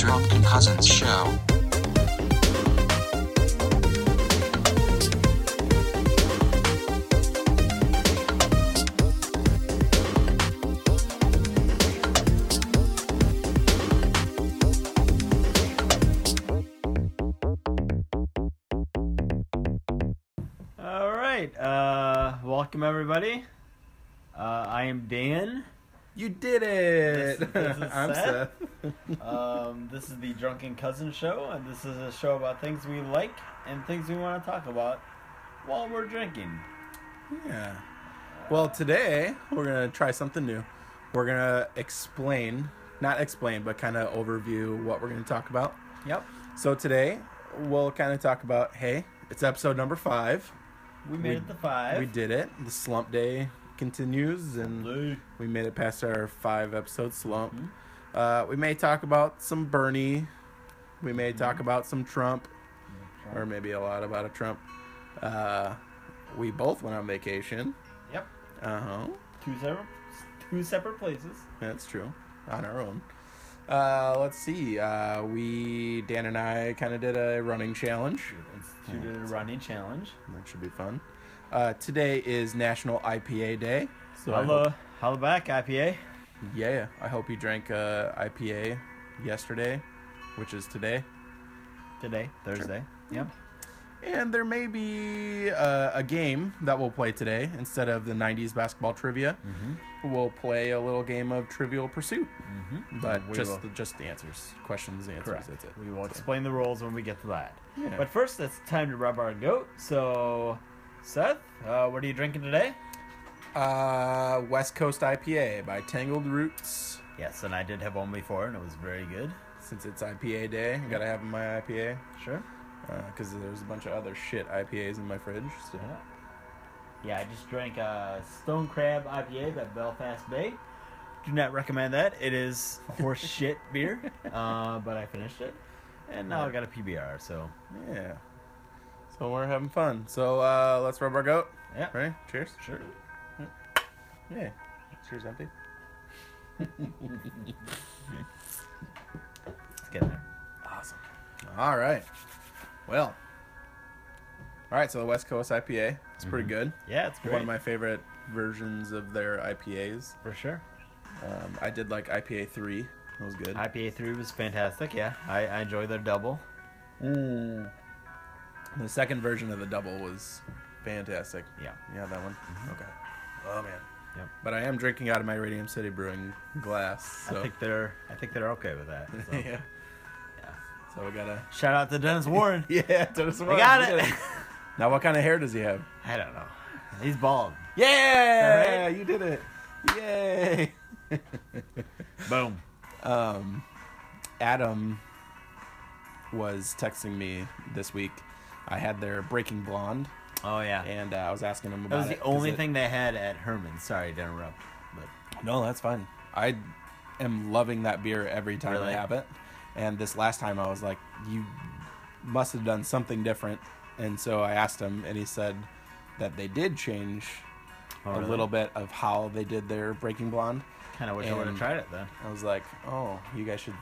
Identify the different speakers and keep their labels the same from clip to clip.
Speaker 1: Cousins Show.
Speaker 2: All right. Uh, welcome everybody. Uh, I am Dan.
Speaker 3: You did it!
Speaker 2: This- this is
Speaker 3: I'm
Speaker 2: Seth.
Speaker 3: Seth.
Speaker 2: Um, this is the Drunken Cousin Show, and this is a show about things we like and things we want to talk about while we're drinking.
Speaker 3: Yeah. Well, today we're gonna try something new. We're gonna explain, not explain, but kind of overview what we're gonna talk about.
Speaker 2: Yep.
Speaker 3: So today we'll kind of talk about, hey, it's episode number five.
Speaker 2: We made
Speaker 3: We-
Speaker 2: it to five.
Speaker 3: We did it. The slump day continues, and
Speaker 2: Blue.
Speaker 3: we made it past our five episode slump. Uh, we may talk about some Bernie. We may talk about some Trump. or maybe a lot about a Trump. Uh, we both went on vacation.
Speaker 2: Yep.
Speaker 3: Uh huh.
Speaker 2: Two separate, two separate places.
Speaker 3: That's true. On our own. Uh, let's see. Uh, we Dan and I kind of did a running challenge.
Speaker 2: Instituted a running challenge.
Speaker 3: That should be fun. Uh, today is National IPA Day. So I
Speaker 2: Hello,
Speaker 3: hope-
Speaker 2: hello back, IPA.
Speaker 3: yeah, I hope you drank uh, IPA yesterday, which is today.
Speaker 2: Today, Thursday. Yep.
Speaker 3: And there may be uh, a game that we'll play today instead of the '90s basketball trivia. We'll play a little game of Trivial Pursuit,
Speaker 2: Mm-hmm.
Speaker 3: but
Speaker 2: We will.
Speaker 3: just the, just the answers, questions, answers.
Speaker 2: Correct.
Speaker 3: That's it.
Speaker 2: We will explain the rules when we get to that.
Speaker 3: Yeah.
Speaker 2: But first, it's time to rub our goat. So, Seth, uh, what are you drinking today?
Speaker 3: Uh, West Coast IPA by Tangled Roots.
Speaker 2: Yes, and I did have one before, and it was very good.
Speaker 3: Since it's IPA day, I gotta have my IPA
Speaker 2: Sure.
Speaker 3: because there's a bunch of other shit IPAs in my fridge. So.
Speaker 2: Yeah. Yeah, I just drank a Stone Crab IPA by Belfast Bay. Do not recommend that. It is horse shit beer, uh, but I finished it, and now I got a PBR. So,
Speaker 3: Yeah. So we're having fun. So uh, let's rub our goat.
Speaker 2: yeah.
Speaker 3: Ready? Cheers.
Speaker 2: Sure.
Speaker 3: Yeah. Cheers, empty.
Speaker 2: Let's get there.
Speaker 3: Awesome. All right. Well. All right. So the West Coast IPA. It's
Speaker 2: Mm-hmm.
Speaker 3: pretty good.
Speaker 2: Yeah, it's great.
Speaker 3: One of my favorite versions of their IPAs.
Speaker 2: For sure.
Speaker 3: Um, I did like IPA three. That was good.
Speaker 2: IPA 3 was fantastic, yeah. I, I enjoy their double.
Speaker 3: Mm. The second version of the double was fantastic.
Speaker 2: Yeah. Mm-hmm.
Speaker 3: Yeah, that one. Okay. Oh man.
Speaker 2: Yep.
Speaker 3: But I am drinking out of my Radium City Brewing glass. So
Speaker 2: I think they're I think they're okay with that. so,
Speaker 3: yeah.
Speaker 2: yeah.
Speaker 3: So we gotta.
Speaker 2: Shout out to Dennis Warren.
Speaker 3: Yeah, Dennis
Speaker 2: we
Speaker 3: Warren,
Speaker 2: got
Speaker 3: we
Speaker 2: it.
Speaker 3: did Now, what kind of hair does he have?
Speaker 2: I don't know. He's bald.
Speaker 3: Yeah,
Speaker 2: Alright.
Speaker 3: you did it. Yay.
Speaker 2: Boom.
Speaker 3: um, Adam was texting me this week. I had their Breaking Blonde,
Speaker 2: Oh yeah.
Speaker 3: and uh, I was asking him
Speaker 2: that
Speaker 3: about
Speaker 2: was
Speaker 3: it,
Speaker 2: the
Speaker 3: 'cause
Speaker 2: only
Speaker 3: it-
Speaker 2: thing they had at Herman. Sorry to interrupt. But
Speaker 3: No, that's fine. I am loving that beer every time
Speaker 2: Really?
Speaker 3: I have it. And this last time I was like, you must have done something different. And so I asked him, and he said that they did change
Speaker 2: Oh,
Speaker 3: a
Speaker 2: really?
Speaker 3: little bit of how they did their Breaking Blonde.
Speaker 2: kinda wish I would have
Speaker 3: And-
Speaker 2: tried it then.
Speaker 3: I was like, oh, you guys should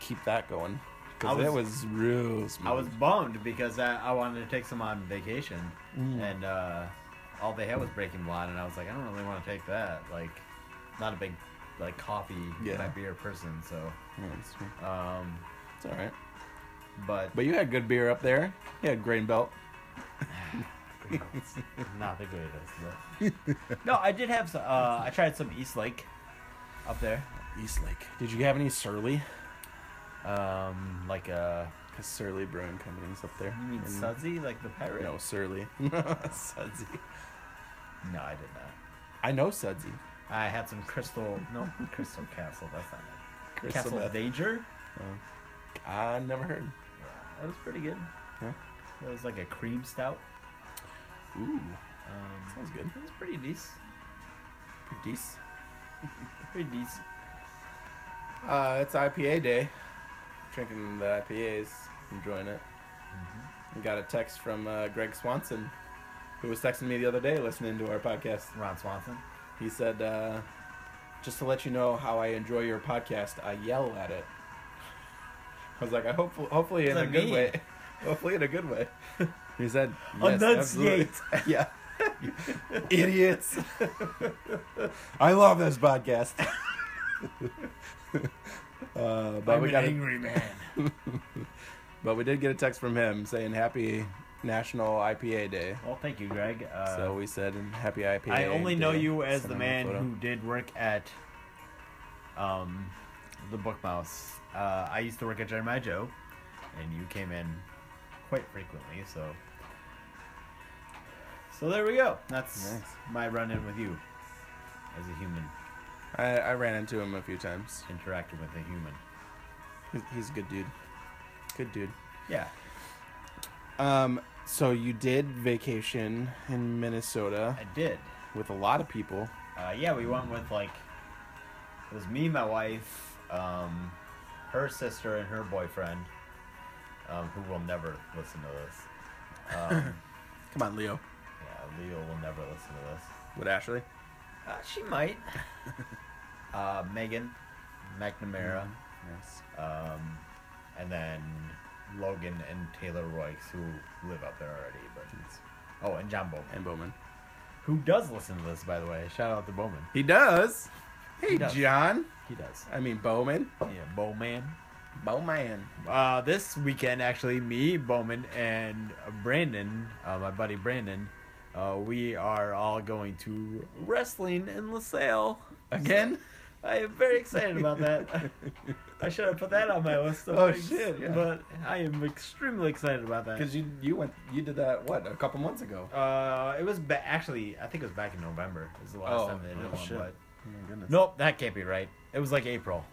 Speaker 3: keep that going. Because
Speaker 2: I
Speaker 3: it
Speaker 2: was-
Speaker 3: was real smooth.
Speaker 2: I was bummed because I, I wanted to take some on vacation
Speaker 3: Mm.
Speaker 2: and uh, all they had was breaking blonde and I was like, I don't really want to take that. Like not a big like coffee
Speaker 3: Yeah.
Speaker 2: my beer person, so
Speaker 3: Yeah, it's,
Speaker 2: um
Speaker 3: it's all right.
Speaker 2: but,
Speaker 3: But you had good beer up there. You had Grain Belt.
Speaker 2: not the greatest. But. no, I did have some. Uh, I tried some East Lake up there,
Speaker 3: East Lake. Did you have any Surly?
Speaker 2: um, like uh,
Speaker 3: Because Surly Brewing Company's up there.
Speaker 2: you mean
Speaker 3: And-
Speaker 2: Sudsy, like the pirate?
Speaker 3: No, Surly. Sudsy.
Speaker 2: no, I did not.
Speaker 3: I know Sudsy.
Speaker 2: I had some Crystal. No, Crystal Castle. That's not it.
Speaker 3: Crystal
Speaker 2: Castle
Speaker 3: Meth.
Speaker 2: Danger.
Speaker 3: I never heard.
Speaker 2: That was pretty good.
Speaker 3: Yeah.
Speaker 2: That was like a cream stout.
Speaker 3: Ooh,
Speaker 2: Um,
Speaker 3: sounds good.
Speaker 2: it was pretty decent.
Speaker 3: Pretty decent.
Speaker 2: Pretty decent.
Speaker 3: Uh, it's IPA day. Drinking the IPAs, enjoying it. I Got a text from uh, Greg Swanson, who was texting me the other day, listening to our podcast.
Speaker 2: Ron Swanson.
Speaker 3: He said, uh, "Just to let you know how I enjoy your podcast, I yell at it." I was like, I hope, hopefully in
Speaker 2: What
Speaker 3: a
Speaker 2: does that
Speaker 3: good
Speaker 2: mean?
Speaker 3: way. Hopefully in a good way. He said, yes,
Speaker 2: Enunciate.
Speaker 3: absolutely. yeah. Idiots. I love this podcast. uh, but
Speaker 2: I'm
Speaker 3: we
Speaker 2: an
Speaker 3: got a,
Speaker 2: angry man.
Speaker 3: but we did get a text from him saying happy National IPA Day.
Speaker 2: Well, thank you, Greg. Uh,
Speaker 3: so we said happy IPA.
Speaker 2: I only know
Speaker 3: Day."
Speaker 2: you as
Speaker 3: Sent
Speaker 2: the
Speaker 3: him a
Speaker 2: man
Speaker 3: photo.
Speaker 2: who did work at um, the Book Mouse. Uh, I used to work at Jeremiah Joe, and you came in quite frequently, so. So there we go. That's
Speaker 3: Nice.
Speaker 2: my run in with you as a human,
Speaker 3: I, I ran into him a few times.
Speaker 2: interacting with a human.
Speaker 3: He's, he's a good dude. Good dude.
Speaker 2: Yeah.
Speaker 3: Um, so you did vacation in Minnesota
Speaker 2: I did.
Speaker 3: with a lot of people.
Speaker 2: Uh, yeah, we went with like it was me, my wife, um, her sister, and her boyfriend, um, who will never listen to this. Um,
Speaker 3: Come on, Leo.
Speaker 2: yeah, Leo will never listen to this.
Speaker 3: With Ashley.
Speaker 2: Uh, she might. uh, Megan McNamara,
Speaker 3: Yes.
Speaker 2: um, and then Logan and Taylor Royce, who live up there already. But oh, and John Bowman,
Speaker 3: And Bowman.
Speaker 2: who does listen to this, by the way. Shout out to Bowman.
Speaker 3: He does. Hey,
Speaker 2: He does.
Speaker 3: John.
Speaker 2: He does.
Speaker 3: I mean, Bowman.
Speaker 2: Oh, Yeah, Bowman.
Speaker 3: Bowman.
Speaker 2: Uh, this weekend, actually, me, Bowman, and Brandon, uh, my buddy Brandon, uh, we are all going to wrestling in LaSalle.
Speaker 3: Again?
Speaker 2: I am very excited about that. I should have put that on my list. Of
Speaker 3: Oh,
Speaker 2: things,
Speaker 3: shit, yeah.
Speaker 2: But I am extremely excited about that.
Speaker 3: Because you you went you did that what a couple months ago.
Speaker 2: Uh, it was ba- actually, I think it was back in November. It was the last
Speaker 3: Oh,
Speaker 2: time they did
Speaker 3: oh,
Speaker 2: one.
Speaker 3: shit.
Speaker 2: But
Speaker 3: Oh my goodness.
Speaker 2: nope, that can't be right. It was like April,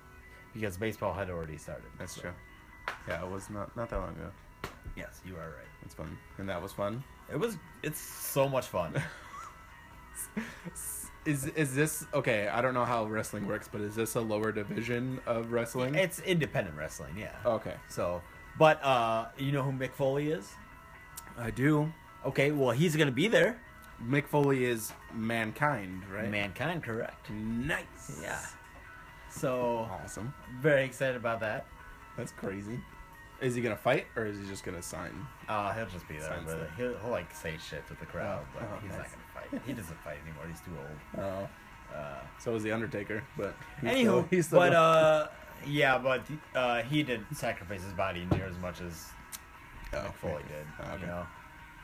Speaker 2: because baseball had already started.
Speaker 3: That's
Speaker 2: So,
Speaker 3: true. Yeah, it was not not that long ago.
Speaker 2: Yes, you are right.
Speaker 3: It's fun, and that was fun.
Speaker 2: It was. It's so much fun.
Speaker 3: Is is this okay? I don't know how wrestling works, but is this a lower division of wrestling? Oh,
Speaker 2: It's independent wrestling, yeah.
Speaker 3: okay,
Speaker 2: So, but uh, you know who Mick Foley is?
Speaker 3: I do.
Speaker 2: Okay, well he's gonna be there.
Speaker 3: Mick Foley is mankind, right?
Speaker 2: Mankind, correct?
Speaker 3: Nice.
Speaker 2: Yeah. So
Speaker 3: Awesome.
Speaker 2: very excited about that.
Speaker 3: That's crazy. Is he gonna fight or is he just gonna sign?
Speaker 2: Uh, he'll just be there.
Speaker 3: Sounds
Speaker 2: But
Speaker 3: good.
Speaker 2: he'll, he'll like say shit to the crowd,
Speaker 3: Oh,
Speaker 2: but
Speaker 3: oh,
Speaker 2: he's
Speaker 3: nice.
Speaker 2: not gonna fight. He doesn't fight anymore. He's too old.
Speaker 3: Oh,
Speaker 2: Uh,
Speaker 3: so is the Undertaker, but he's
Speaker 2: anywho,
Speaker 3: still- he's still
Speaker 2: but
Speaker 3: going-
Speaker 2: uh, yeah, but uh, he didn't sacrifice his body near as much as
Speaker 3: Oh,
Speaker 2: Mick Foley
Speaker 3: okay.
Speaker 2: did.
Speaker 3: Okay.
Speaker 2: You know,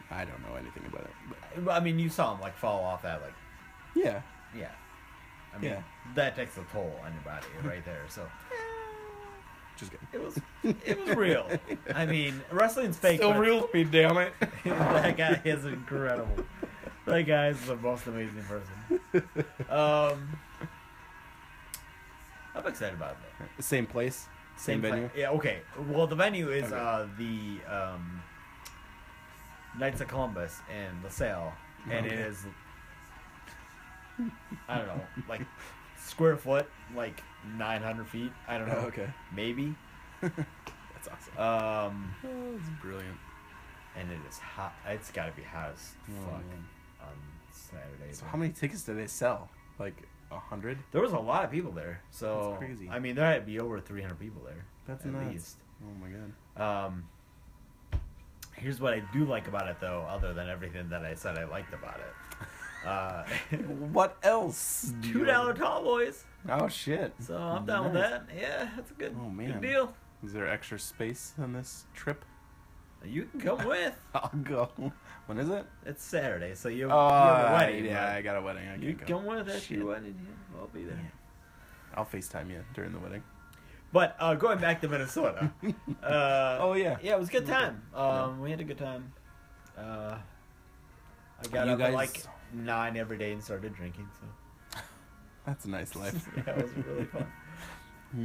Speaker 3: I don't know anything about it. But
Speaker 2: I mean, you saw him like fall off that like
Speaker 3: yeah.
Speaker 2: Yeah. I mean,
Speaker 3: Yeah.
Speaker 2: that takes a toll on your body right there. So
Speaker 3: Just kidding.
Speaker 2: it was it was real. I mean, wrestling's fake.
Speaker 3: Still
Speaker 2: but
Speaker 3: real to me, damn it.
Speaker 2: that guy is incredible. That guy is the most amazing person. Um, I'm excited about that.
Speaker 3: Same place, same,
Speaker 2: pla-
Speaker 3: venue.
Speaker 2: Yeah. Okay. Well, the venue is
Speaker 3: Okay.
Speaker 2: uh, the um, Knights of Columbus in LaSalle, and it
Speaker 3: Okay.
Speaker 2: is I don't know, like square foot, like 900 feet. I don't know.
Speaker 3: Oh, okay.
Speaker 2: Maybe.
Speaker 3: That's awesome.
Speaker 2: Um,
Speaker 3: Oh, it's brilliant.
Speaker 2: and it is hot. It's got to be hot as fuck on Saturday.
Speaker 3: Oh, So how many tickets did they sell? Like a hundred?
Speaker 2: There was a lot of people there, so
Speaker 3: That's crazy.
Speaker 2: I mean, there had to be over 300 people there.
Speaker 3: That's
Speaker 2: at
Speaker 3: nuts.
Speaker 2: least.
Speaker 3: Oh my god.
Speaker 2: Um, here's what I do like about it, though, other than everything that I said I liked about it. Uh,
Speaker 3: What else? do
Speaker 2: two
Speaker 3: you-
Speaker 2: dollar tall boys,
Speaker 3: Oh shit.
Speaker 2: so I'm down
Speaker 3: Nice.
Speaker 2: with that. Yeah, that's a good,
Speaker 3: Oh, man.
Speaker 2: good deal.
Speaker 3: Is there extra space on this trip?
Speaker 2: You can come with.
Speaker 3: I'll go. When is it?
Speaker 2: It's Saturday, so you, you have
Speaker 3: Uh,
Speaker 2: a wedding.
Speaker 3: Yeah,
Speaker 2: right?
Speaker 3: I got a wedding. I
Speaker 2: you
Speaker 3: can't
Speaker 2: can
Speaker 3: go.
Speaker 2: come with us.
Speaker 3: Shit.
Speaker 2: Your wedding, yeah, I'll be there.
Speaker 3: I'll FaceTime you during the wedding.
Speaker 2: But uh, going back to Minnesota. uh,
Speaker 3: Oh, yeah.
Speaker 2: yeah, it was a good
Speaker 3: Yeah.
Speaker 2: time. Um, We had a good time. Uh, I got
Speaker 3: You
Speaker 2: up
Speaker 3: guys-
Speaker 2: at like nine every day and started drinking. So
Speaker 3: That's a nice life.
Speaker 2: yeah, it was really fun.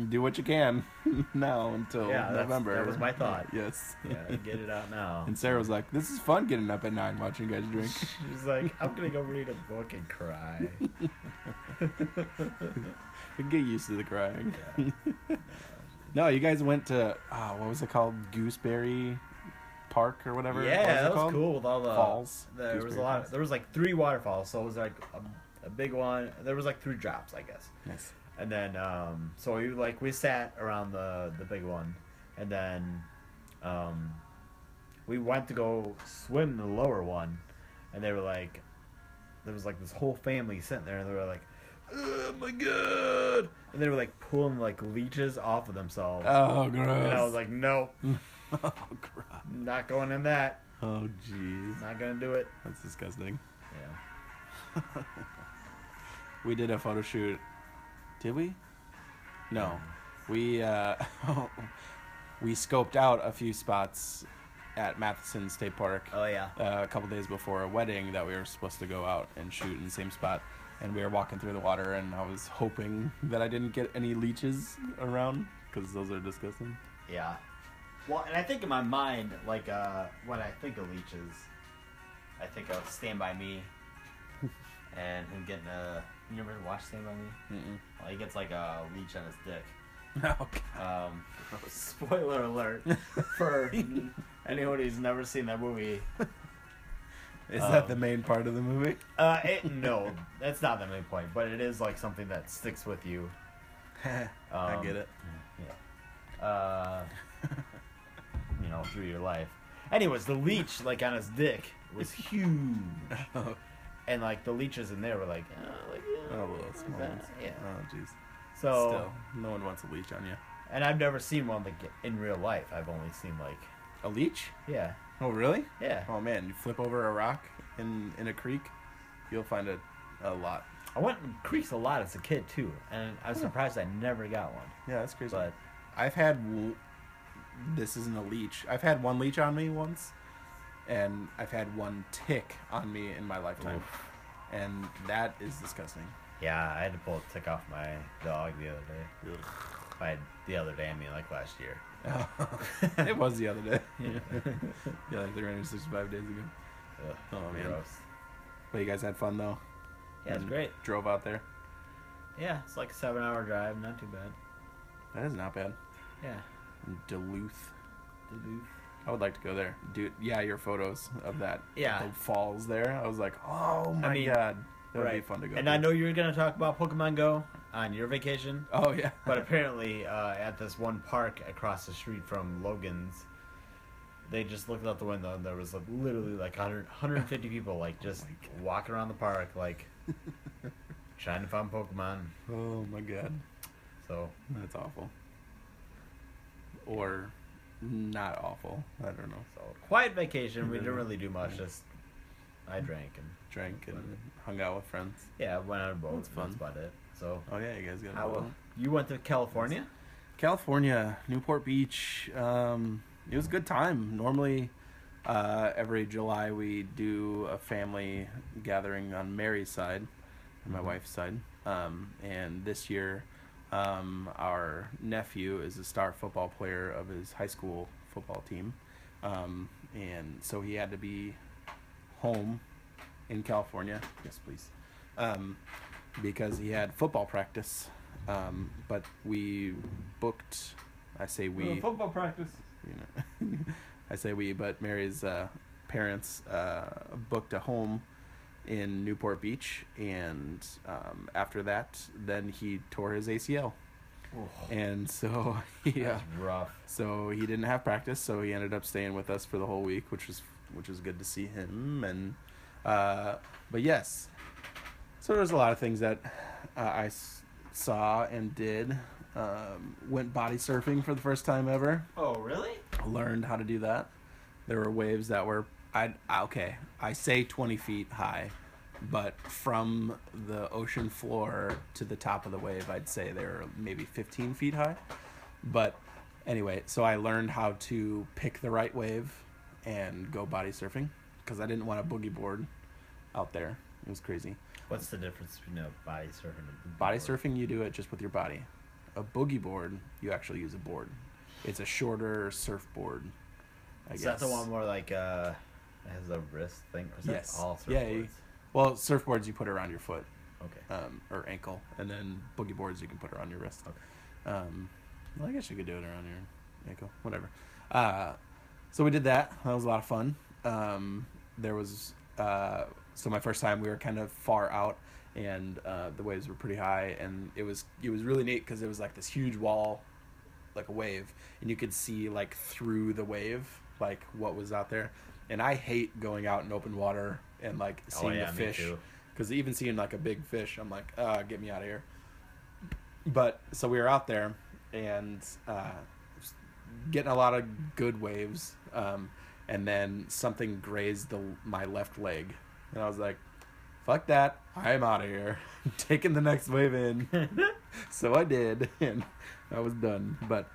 Speaker 3: Do what you can now until
Speaker 2: Yeah, that's-
Speaker 3: November.
Speaker 2: that was my thought.
Speaker 3: Yes.
Speaker 2: Yeah, get it out now.
Speaker 3: And Sarah was like, "This is fun getting up at nine watching you guys drink."
Speaker 2: She's like, I'm gonna go read a book and cry.
Speaker 3: Get used to the crying.
Speaker 2: Yeah.
Speaker 3: No, you guys went to uh, what was it called? Gooseberry Park or whatever. it
Speaker 2: yeah,
Speaker 3: was it
Speaker 2: that was
Speaker 3: called?
Speaker 2: cool with all the
Speaker 3: Falls.
Speaker 2: There was a
Speaker 3: Gooseberry
Speaker 2: lot.
Speaker 3: Falls.
Speaker 2: there was like three waterfalls, so it was like a, a big one. There was like three drops, I guess.
Speaker 3: Nice.
Speaker 2: And then, um, so we like we sat around the the big one, and then um, we went to go swim the lower one, and they were like, there was like this whole family sitting there, and they were like, oh my god, and they were like pulling like leeches off of themselves.
Speaker 3: Oh,
Speaker 2: and I
Speaker 3: gross.
Speaker 2: was like, no,
Speaker 3: oh, gross.
Speaker 2: not going in that.
Speaker 3: Oh, jeez.
Speaker 2: Not gonna do it.
Speaker 3: That's disgusting.
Speaker 2: Yeah.
Speaker 3: We did a photo shoot. Did we? No. We uh, we scoped out a few spots at Matheson State Park
Speaker 2: Oh yeah.
Speaker 3: uh, a couple days before a wedding that we were supposed to go out and shoot in the same spot. And we were walking through the water, and I was hoping that I didn't get any leeches around because those are disgusting.
Speaker 2: Yeah. Well, and I think in my mind, like uh, when I think of leeches, I think of Stand By Me, and him getting a. You ever watch Stand By Me?
Speaker 3: Mm-mm.
Speaker 2: Well, he gets like a leech on his dick.
Speaker 3: Oh,
Speaker 2: Um,
Speaker 3: gross.
Speaker 2: spoiler alert for anyone who's never seen that movie.
Speaker 3: Is
Speaker 2: Um,
Speaker 3: that the main part of the movie?
Speaker 2: Uh, it, no, that's not the main point, but it is like something that sticks with you.
Speaker 3: I
Speaker 2: Um,
Speaker 3: get it.
Speaker 2: Yeah. Uh, you know, through your life. Anyways, the leech like on his dick was huge,
Speaker 3: oh,
Speaker 2: and like the leeches in there were like, uh, like yeah,
Speaker 3: little
Speaker 2: like
Speaker 3: small
Speaker 2: that,
Speaker 3: ones.
Speaker 2: yeah.
Speaker 3: Oh, jeez.
Speaker 2: So,
Speaker 3: Still, no one wants a leech on you.
Speaker 2: and I've never seen one like in real life. I've only seen like,
Speaker 3: A leech?
Speaker 2: yeah,
Speaker 3: Oh, really?
Speaker 2: yeah.
Speaker 3: Oh man, you flip over a rock in in a creek, you'll find a, a lot.
Speaker 2: I went in creeks a lot as a kid too, and I was surprised I never got one.
Speaker 3: Yeah, that's crazy.
Speaker 2: But
Speaker 3: I've had w- this isn't a leech. I've had one leech on me once, and I've had one tick on me in my lifetime, and that is disgusting.
Speaker 2: yeah, I had to pull a tick off my dog the other day. By the other day, I mean like last year.
Speaker 3: it was the other day.
Speaker 2: Yeah.
Speaker 3: yeah, like 365 days ago.
Speaker 2: Ugh,
Speaker 3: Oh, man. Mm.
Speaker 2: gross.
Speaker 3: But you guys had fun though.
Speaker 2: Yeah, it's
Speaker 3: And
Speaker 2: great.
Speaker 3: Drove out there.
Speaker 2: Yeah, it's like a seven-hour drive. Not too bad.
Speaker 3: That is not bad.
Speaker 2: Yeah.
Speaker 3: Duluth.
Speaker 2: Duluth.
Speaker 3: I would like to go there. Dude, yeah, your photos of that.
Speaker 2: Yeah.
Speaker 3: the falls there. I was like, oh my
Speaker 2: mean,
Speaker 3: god, that would be fun to go.
Speaker 2: And
Speaker 3: to.
Speaker 2: I know you're gonna talk about Pokemon Go on your vacation,
Speaker 3: Oh yeah.
Speaker 2: but apparently uh, at this one park across the street from Logan's. They just looked out the window and there was like, literally like 100, 150 people like just
Speaker 3: Oh
Speaker 2: walking around the park like trying to find Pokemon.
Speaker 3: oh my god,
Speaker 2: So
Speaker 3: that's awful. Or not awful. I don't know.
Speaker 2: so quiet vacation. We didn't really do much. Just I drank and
Speaker 3: Drank and hung out with friends.
Speaker 2: yeah, went on a boat.
Speaker 3: That's
Speaker 2: and That's
Speaker 3: fun.
Speaker 2: about it. So
Speaker 3: Oh yeah, you guys got.
Speaker 2: how,
Speaker 3: a
Speaker 2: uh, you went to California?
Speaker 3: California, Newport Beach. Um, it was a good time. Normally, uh, every July we do a family gathering on Mary's side, on my wife's side. Um, and this year, um, our nephew is a star football player of his high school football team. Um, and so he had to be home in California. Yes, please. Um, because he had football practice. Um, but we booked. I say we.
Speaker 2: football practice.
Speaker 3: You know, I say we, but Mary's uh, parents uh, booked a home in Newport Beach, and um, after that, then he tore his ACL, and so yeah,
Speaker 2: That's rough.
Speaker 3: so he didn't have practice, so he ended up staying with us for the whole week, which was which was good to see him. And uh, but yes, so there's a lot of things that uh, I s- saw and did. Um, went body surfing for the first time ever
Speaker 2: Oh really?
Speaker 3: learned how to do that. There were waves that were I okay. I say twenty feet high, but from the ocean floor to the top of the wave, I'd say they were maybe fifteen feet high. But anyway, so I learned how to pick the right wave and go body surfing because I didn't want to boogie board out there. It was crazy.
Speaker 2: What's the difference between a body surfing and a boogie
Speaker 3: Body
Speaker 2: board?
Speaker 3: surfing, you do it just with your body. A boogie board, you actually use a board. It's a shorter surfboard. I
Speaker 2: Is that the one where like uh it has a wrist thing or is
Speaker 3: Yes.
Speaker 2: that all surfboards?
Speaker 3: Yeah, you- Well, surfboards you put around your foot
Speaker 2: Okay.
Speaker 3: um, or ankle, and then boogie boards you can put around your wrist.
Speaker 2: Okay.
Speaker 3: Um, well, I guess you could do it around your ankle, whatever. Uh, so we did that. That was a lot of fun. Um, there was uh, so my first time we were kind of far out, and uh, the waves were pretty high, and it was it was really neat because it was like this huge wall like a wave, and you could see like through the wave, like what was out there. And I hate going out in open water and like seeing
Speaker 4: Oh, yeah,
Speaker 3: the
Speaker 4: me
Speaker 3: fish,
Speaker 4: too.
Speaker 3: because even seeing like a big fish, I'm like, uh, get me out of here. But so we were out there and uh, getting a lot of good waves, um, and then something grazed the my left leg, and I was like, "Fuck that! I'm out of here. Taking the next wave in." so I did, and I was done. But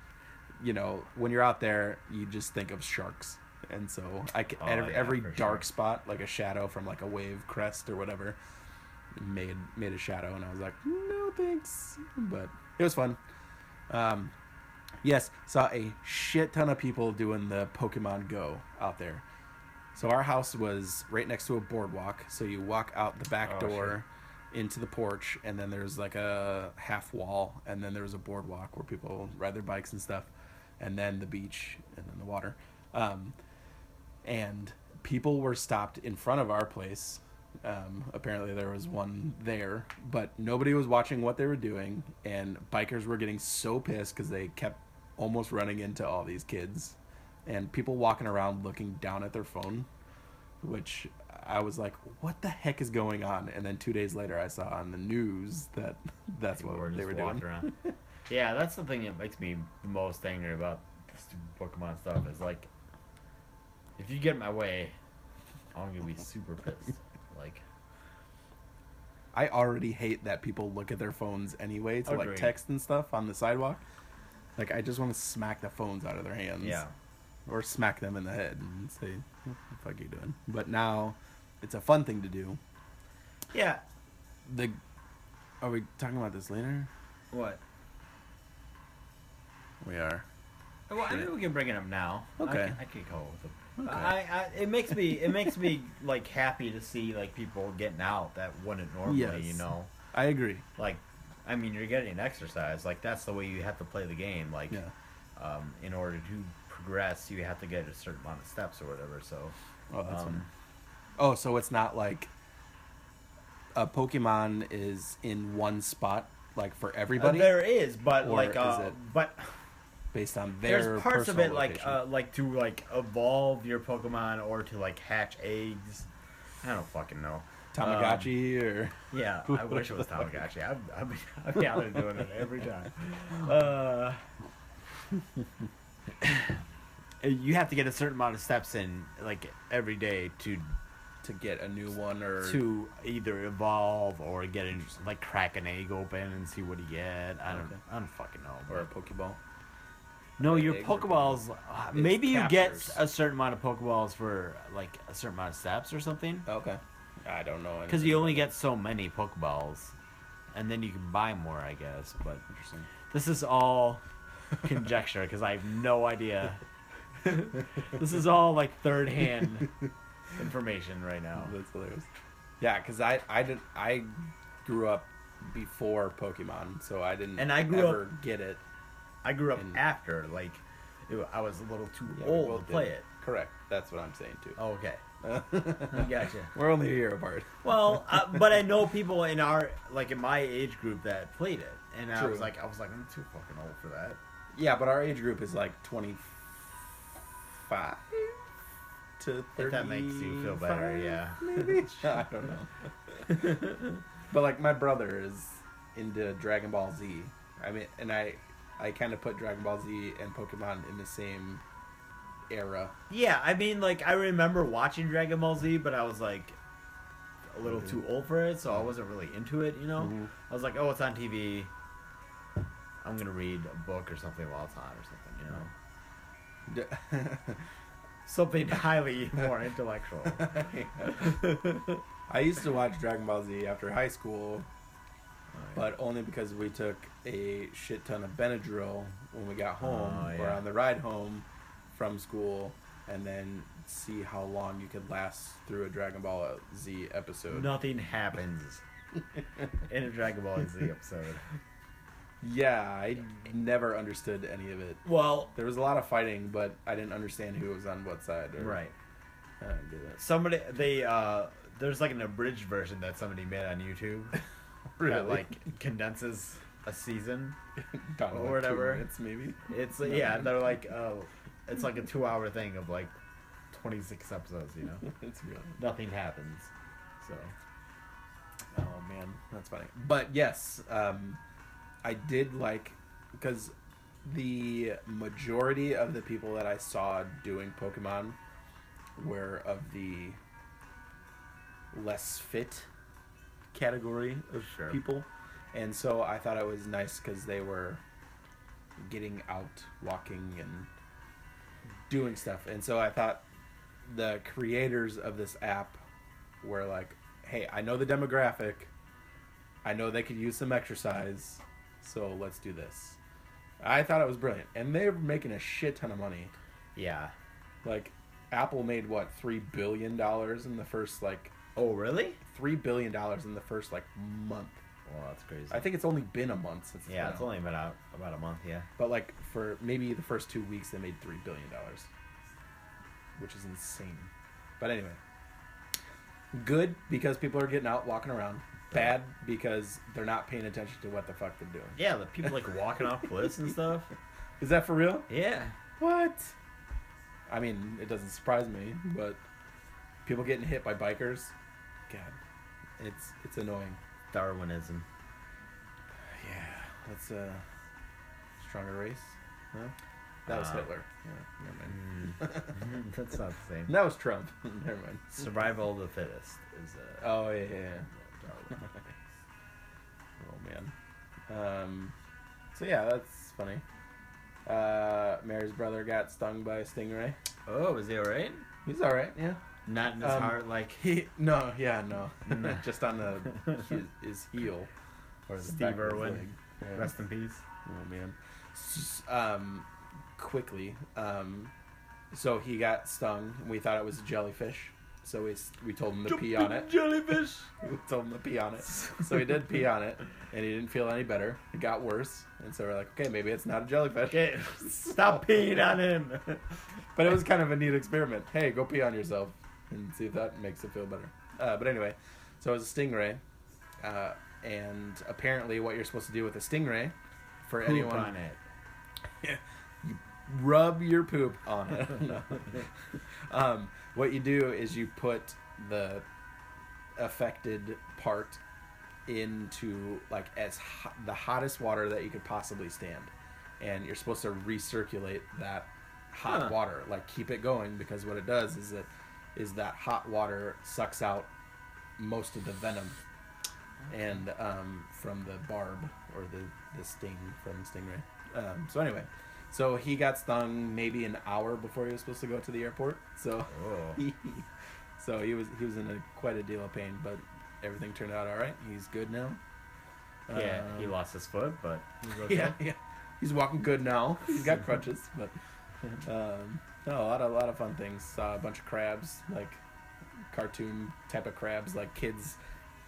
Speaker 3: you know, when you're out there, you just think of sharks, and so I c-
Speaker 4: Oh,
Speaker 3: every,
Speaker 4: yeah,
Speaker 3: every
Speaker 4: for
Speaker 3: dark
Speaker 4: sure.
Speaker 3: spot, like a shadow from like a wave crest or whatever, made made a shadow, and I was like, "No thanks," but it was fun. Um, yes, saw a shit ton of people doing the Pokemon Go out there. So our house was right next to a boardwalk. So you walk out the back
Speaker 4: Oh,
Speaker 3: door into the porch, and then there's like a half wall, and then there was a boardwalk where people ride their bikes and stuff, and then the beach, and then the water. Um, and people were stopped in front of our place. Um, apparently, there was one there, but nobody was watching what they were doing, and bikers were getting so pissed because they kept almost running into all these kids, and people walking around looking down at their phone, which I was like, "What the heck is going on?" And then two days later, I saw on the news that that's
Speaker 4: People
Speaker 3: what
Speaker 4: were
Speaker 3: they
Speaker 4: just
Speaker 3: were
Speaker 4: walking
Speaker 3: doing.
Speaker 4: around. yeah, that's the thing that makes me the most angry about this Pokemon stuff is like, if you get in my way, I'm gonna be super pissed. Like,
Speaker 3: I already hate that people look at their phones anyway to like
Speaker 4: Agreed.
Speaker 3: text and stuff on the sidewalk. Like I just want to smack the phones out of their hands.
Speaker 4: yeah,
Speaker 3: Or smack them in the head and say, "What the fuck you doing?" But now it's a fun thing to do.
Speaker 2: Yeah.
Speaker 3: The Are we talking about this later?
Speaker 2: What?
Speaker 3: We are.
Speaker 2: Well, I
Speaker 3: Shit.
Speaker 2: mean, we can bring it up now.
Speaker 3: Okay.
Speaker 2: I can, I can go with it.
Speaker 3: Okay.
Speaker 2: I, I, it makes me, it makes me like happy to see like people getting out that wouldn't normally, you
Speaker 3: Yes.
Speaker 2: know.
Speaker 3: I agree.
Speaker 2: Like, I mean, you're getting exercise. Like that's the way you have to play the game. Like,
Speaker 3: Yeah.
Speaker 2: um, in order to progress, you have to get a certain amount of steps or whatever. So,
Speaker 3: Oh, that's
Speaker 2: um,
Speaker 3: funny. Oh, so it's not like a Pokemon is in one spot like for
Speaker 2: uh,
Speaker 3: everybody
Speaker 2: there is, but
Speaker 3: Or
Speaker 2: like,
Speaker 3: is
Speaker 2: uh,
Speaker 3: it
Speaker 2: but
Speaker 3: based on their
Speaker 2: there's parts of
Speaker 3: personal
Speaker 2: it like,
Speaker 3: location.
Speaker 2: uh, like to like evolve your Pokemon or to like hatch eggs. I don't fucking know.
Speaker 3: Tamagotchi
Speaker 2: um,
Speaker 3: or
Speaker 2: Yeah, I wish it was Tamagotchi. I'm, I'm, I'm down to doing it every time. Uh, you have to get a certain amount of steps in, like every day, to
Speaker 3: to get a new one or
Speaker 2: to either evolve or get in, like crack an egg open and see what you get. I don't,
Speaker 3: Okay.
Speaker 2: I don't fucking know.
Speaker 3: or a
Speaker 2: Or,
Speaker 3: Pokeball.
Speaker 2: no, your
Speaker 3: eggs or-
Speaker 2: Pokeballs. uh, Maybe you
Speaker 3: captures.
Speaker 2: get a certain amount of Pokeballs for like a certain amount of steps or something.
Speaker 3: Oh, Okay. I don't know.
Speaker 2: Because
Speaker 3: anything
Speaker 2: you only
Speaker 3: about
Speaker 2: get so many Pokeballs, and then you can buy more, I guess. But
Speaker 3: that. Interesting.
Speaker 2: this is all conjecture because I have no idea. this is all like third-hand information right now.
Speaker 3: That's hilarious. Yeah, because I I did I grew up before Pokemon, so I didn't
Speaker 2: And I grew
Speaker 3: ever get it.
Speaker 2: I grew up
Speaker 3: And-
Speaker 2: after, like, it, I was a little too
Speaker 3: Yeah, we
Speaker 2: old
Speaker 3: both
Speaker 2: to play
Speaker 3: didn't.
Speaker 2: it.
Speaker 3: Correct. That's what I'm saying too.
Speaker 2: Oh, okay, gotcha.
Speaker 3: We're only a year apart.
Speaker 2: Well, I, but I know people in our like in my age group that played it, and I
Speaker 3: True.
Speaker 2: was like, I was like, I'm too fucking old for that.
Speaker 3: Yeah, but our age group is like 25 to 30.
Speaker 2: If that makes you feel better, yeah.
Speaker 3: Maybe. I don't know. but like my brother is into Dragon Ball Z. I mean, and I I kind of put Dragon Ball Z and Pokemon in the same era.
Speaker 2: Yeah, I mean, like I remember watching Dragon Ball Z, but I was like a little
Speaker 3: Mhm.
Speaker 2: too old for it, so I wasn't really into it. You know,
Speaker 3: Mhm.
Speaker 2: I was like, oh, it's on TV. I'm gonna read a book or something while it's on, or something. You know,
Speaker 3: D-
Speaker 2: something highly more intellectual.
Speaker 3: I used to watch Dragon Ball Z after high school, but only because we took a shit ton of Benadryl when we got home
Speaker 2: Oh,
Speaker 3: or
Speaker 2: yeah.
Speaker 3: on the ride home from school, and then see how long you could last through a Dragon Ball Z episode.
Speaker 2: nothing happens in a Dragon Ball Z episode.
Speaker 3: Yeah, I never understood any of it.
Speaker 2: Well,
Speaker 3: There was a lot of fighting, but I didn't understand who was on what side. Or,
Speaker 2: right.
Speaker 3: I don't get it.
Speaker 2: Somebody they uh, there's like an abridged version that somebody made on YouTube that like condenses a season.
Speaker 3: About
Speaker 2: Or whatever.
Speaker 3: Two minutes, maybe.
Speaker 2: It's yeah, they're like uh, it's like a two-hour thing of like twenty-six episodes. You know,
Speaker 3: it's real.
Speaker 2: nothing happens. So
Speaker 3: Oh man, that's funny. But yes, um, I did like because the majority of the people that I saw doing Pokemon were of the less fit category of
Speaker 2: Sure.
Speaker 3: people, and so I thought it was nice because they were getting out, walking, and doing stuff. And so I thought the creators of this app were like, hey, I know the demographic. I know they could use some exercise. So let's do this. I thought it was brilliant. And they're making a shit ton of money.
Speaker 2: yeah.
Speaker 3: Like, Apple made what, $3 billion in the first, like,
Speaker 2: Oh really?
Speaker 3: $3 billion in the first, like, month.
Speaker 2: Well, that's crazy.
Speaker 3: I think it's only been a month since
Speaker 2: yeah,
Speaker 3: been
Speaker 2: it's
Speaker 3: out.
Speaker 2: only been out about a month. Yeah.
Speaker 3: But, like, for maybe the first two weeks, they made $3 billion, which is insane. But anyway, good because people are getting out walking around. Bad because they're not paying attention to what the fuck they're doing.
Speaker 2: Yeah, the people like walking off cliffs and stuff.
Speaker 3: Is that for real?
Speaker 2: Yeah.
Speaker 3: What? Mm-hmm. I mean, it doesn't surprise me, but people getting hit by bikers, God, it's it's annoying.
Speaker 2: Darwinism.
Speaker 3: Yeah, that's a stronger race. No, that was
Speaker 2: Uh,
Speaker 3: Hitler. Yeah, never mind.
Speaker 2: Mm.
Speaker 3: mm-hmm.
Speaker 2: that's not the same.
Speaker 3: That was Trump. never mind.
Speaker 2: Survival of the fittest is a.
Speaker 3: Oh yeah, yeah. yeah.
Speaker 2: Darwin.
Speaker 3: Oh man. Um, so yeah, that's funny. Uh, Mary's brother got stung by a stingray.
Speaker 2: Oh, is he alright?
Speaker 3: He's all right. Yeah.
Speaker 2: Not in his
Speaker 3: Um,
Speaker 2: heart, like
Speaker 3: He no, yeah, no,
Speaker 2: Nah.
Speaker 3: just on the his, his heel.
Speaker 2: or the
Speaker 3: Steve
Speaker 2: Steve
Speaker 3: Irwin.
Speaker 2: Irwin.
Speaker 3: Yeah.
Speaker 2: Rest in peace.
Speaker 3: Oh man. S- Um, quickly. Um, so he got stung. We thought it was a jellyfish. So we s- we told him to pee on it.
Speaker 2: Jellyfish.
Speaker 3: We told him to pee on it. So he did pee on it, and he didn't feel any better. It got worse, and so we're like, okay, maybe it's not a jellyfish.
Speaker 2: Okay, stop peeing on him.
Speaker 3: But it was kind of a neat experiment. Hey, go pee on yourself and see if that makes it feel better. Uh, but anyway, so it was a stingray, uh, and apparently, what you're supposed to do with a stingray, for
Speaker 2: Poop
Speaker 3: anyone,
Speaker 2: on it.
Speaker 3: rub your poop on it. No. um, what you do is you put the affected part into like as hot, the hottest water that you could possibly stand, and you're supposed to recirculate that hot
Speaker 2: Huh.
Speaker 3: water, like keep it going because what it does is it is that hot water sucks out most of the venom and um, from the barb or the, the sting from stingray. Um, so anyway, so he got stung maybe an hour before he was supposed to go to the airport. So
Speaker 2: Oh,
Speaker 3: so he was he was in a, quite a deal of pain, but everything turned out all right. He's good now.
Speaker 2: yeah,
Speaker 3: Um,
Speaker 2: he lost his foot, but he's okay.
Speaker 3: Yeah, yeah. He's walking good now. He's got crutches, but um, no, a lot of a lot of fun things. Saw a bunch of crabs, like cartoon type of crabs, like kids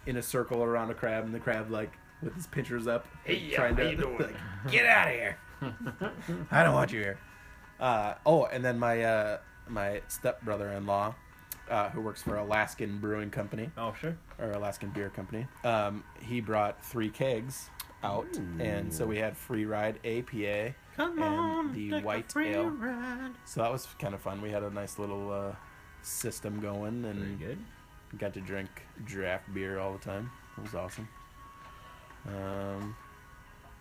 Speaker 3: in a circle around a crab, and the crab like with his pinchers up,
Speaker 2: Hey, yeah,
Speaker 3: trying
Speaker 2: how
Speaker 3: to
Speaker 2: you doing?
Speaker 3: like, get out of here. I don't want you here. Uh, oh, and then my uh, my stepbrother in law, uh, who works for Alaskan Brewing Company
Speaker 2: Oh, sure.
Speaker 3: or Alaskan Beer Company. Um, he brought three kegs out, and so we had free ride APA and the white ale. So that was kind of fun. We had a nice little uh, system going,
Speaker 2: Very
Speaker 3: and
Speaker 2: good.
Speaker 3: got to drink draft beer all the time. It was awesome. Um,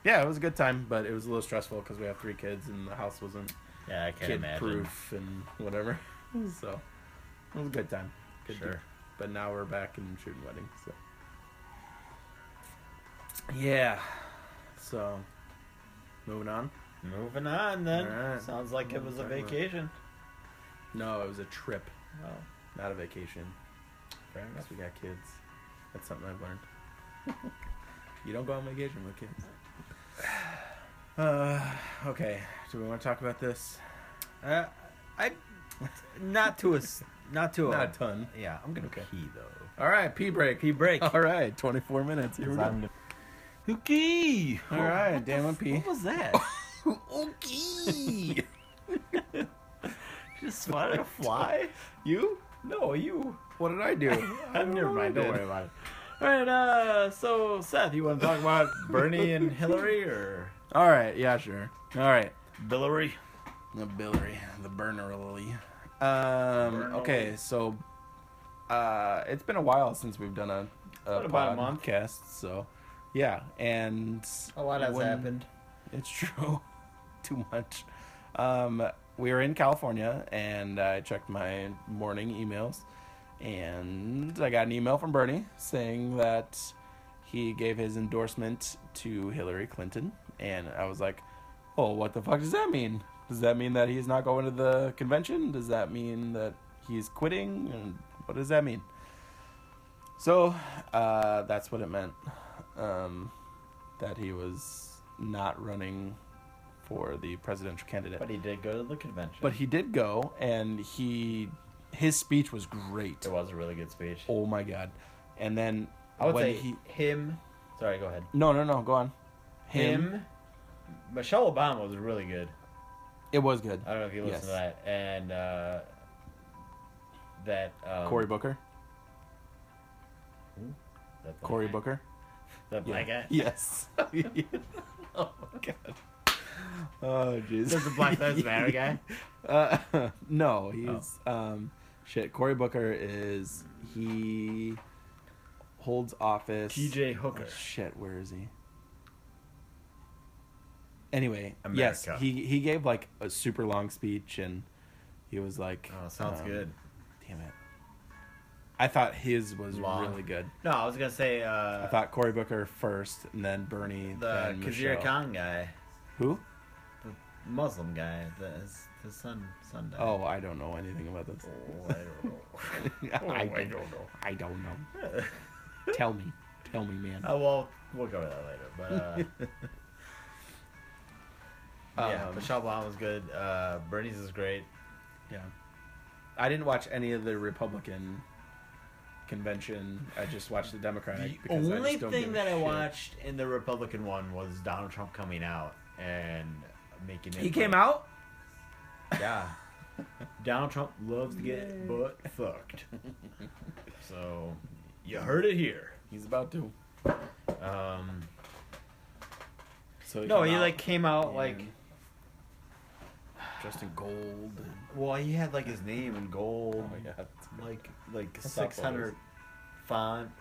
Speaker 3: yeah, it was a good time, but it was a little stressful because we have three kids, and the house wasn't
Speaker 2: Yeah, I can't
Speaker 3: kid
Speaker 2: imagine.
Speaker 3: proof and whatever. so it was a good time. Good
Speaker 2: Sure.
Speaker 3: to- but now we're back in shooting wedding. So yeah. So moving on.
Speaker 2: Moving on then.
Speaker 3: Alright.
Speaker 2: Sounds like it
Speaker 3: What
Speaker 2: was a
Speaker 3: are we talking about?
Speaker 2: vacation.
Speaker 3: No, it was a trip,
Speaker 2: Oh,
Speaker 3: not a vacation.
Speaker 2: fair enough.
Speaker 3: Because we got kids. That's something I've learned. you don't go on vacation with kids. Uh, okay. Do we want to talk about this?
Speaker 5: Uh, I not to a s- not to
Speaker 3: Not a
Speaker 5: a.
Speaker 3: ton.
Speaker 2: Yeah, I'm gonna
Speaker 3: Okay.
Speaker 2: pee though.
Speaker 3: All right, pee break.
Speaker 5: Pee break.
Speaker 2: Oh,
Speaker 3: All right, 24 minutes. Here we go.
Speaker 5: Okay.
Speaker 3: All right, damn it, P.
Speaker 5: What was that?
Speaker 3: okay.
Speaker 5: Just spotted a fly.
Speaker 3: you? No, you. What did I do? I don't know
Speaker 2: Never
Speaker 3: what I
Speaker 2: mind. Don't
Speaker 3: did.
Speaker 2: worry about it.
Speaker 5: All right, uh, so Seth, you want to talk about Bernie and Hillary or
Speaker 3: All right, yeah, sure. All right,
Speaker 5: Billary?
Speaker 3: the Billary, the burner lily. Um, okay, so uh, it's been a while since we've done a, a
Speaker 2: Been about a month.
Speaker 3: podcast, so yeah, and
Speaker 5: A lot has
Speaker 3: when-
Speaker 5: happened.
Speaker 3: It's true, too much. Um, we were in California, and I checked my morning emails, and I got an email from Bernie saying that he gave his endorsement to Hillary Clinton, and I was like, "Oh, what the fuck does that mean? Does that mean that he's not going to the convention? Does that mean that he's quitting? And what does that mean?" So, uh, that's what it meant. Um, that he was not running for the presidential candidate.
Speaker 2: But he did go to the convention.
Speaker 3: But he did go, and he his speech was great.
Speaker 2: it was a really good speech.
Speaker 3: Oh my god! And then
Speaker 2: I would
Speaker 3: when
Speaker 2: say
Speaker 3: he
Speaker 2: him. Sorry, go ahead.
Speaker 3: no no no go on
Speaker 2: Him. Michelle Obama was really good.
Speaker 3: it was good.
Speaker 2: I don't know if you listened
Speaker 3: Yes.
Speaker 2: to that. And uh, that um,
Speaker 3: Cory Booker,
Speaker 2: that black
Speaker 3: Cory
Speaker 2: guy-
Speaker 3: Booker.
Speaker 2: That black guy.
Speaker 3: Yes. oh my god. Oh jeez.
Speaker 2: There's a Black Lives Matter guy. Oh.
Speaker 3: Uh, no, he's um, shit. Cory Booker is he holds office.
Speaker 2: T.J. Hooker.
Speaker 3: Oh, shit, where is he? Anyway, yes,
Speaker 2: America.
Speaker 3: he he gave like a super long speech, and he was like,
Speaker 2: Oh, sounds
Speaker 3: um,
Speaker 2: good.
Speaker 3: Damn it! I thought his was
Speaker 2: Long.
Speaker 3: really good.
Speaker 2: No, I was gonna say
Speaker 3: I
Speaker 2: uh,
Speaker 3: thought Cory Booker first, and then Bernie,
Speaker 2: the
Speaker 3: then
Speaker 2: Kazir
Speaker 3: Michelle.
Speaker 2: Khan guy,
Speaker 3: Who?
Speaker 2: Muslim guy, the, his, his son, son died.
Speaker 3: Oh, I don't know anything about this.
Speaker 2: Oh, I don't know. Oh,
Speaker 3: I,
Speaker 2: I
Speaker 3: don't,
Speaker 2: don't know.
Speaker 3: I don't know. Tell me. Tell me, man.
Speaker 2: Oh, well, we'll cover that later. But uh, yeah,
Speaker 3: Um,
Speaker 2: Michelle Obama was good. Uh, Bernie's is great.
Speaker 3: Yeah. I didn't watch any of the Republican convention. I just watched the Democratic.
Speaker 2: The
Speaker 3: because I
Speaker 2: only
Speaker 3: just don't give
Speaker 2: thing
Speaker 3: a
Speaker 2: that I
Speaker 3: shit.
Speaker 2: watched in the Republican one was Donald Trump coming out and making. it
Speaker 3: He came
Speaker 2: like-
Speaker 3: out?
Speaker 2: Yeah. Donald Trump loves to get butt fucked. So you heard it here.
Speaker 3: He's about to.
Speaker 2: Um,
Speaker 3: So
Speaker 2: no,
Speaker 3: came
Speaker 2: he
Speaker 3: out
Speaker 2: like came out
Speaker 3: and
Speaker 2: like
Speaker 3: dressed in gold. and-
Speaker 2: well, he had like his name in gold,
Speaker 3: Oh my god. it's good.
Speaker 2: like like
Speaker 3: That's not
Speaker 2: six hundred font.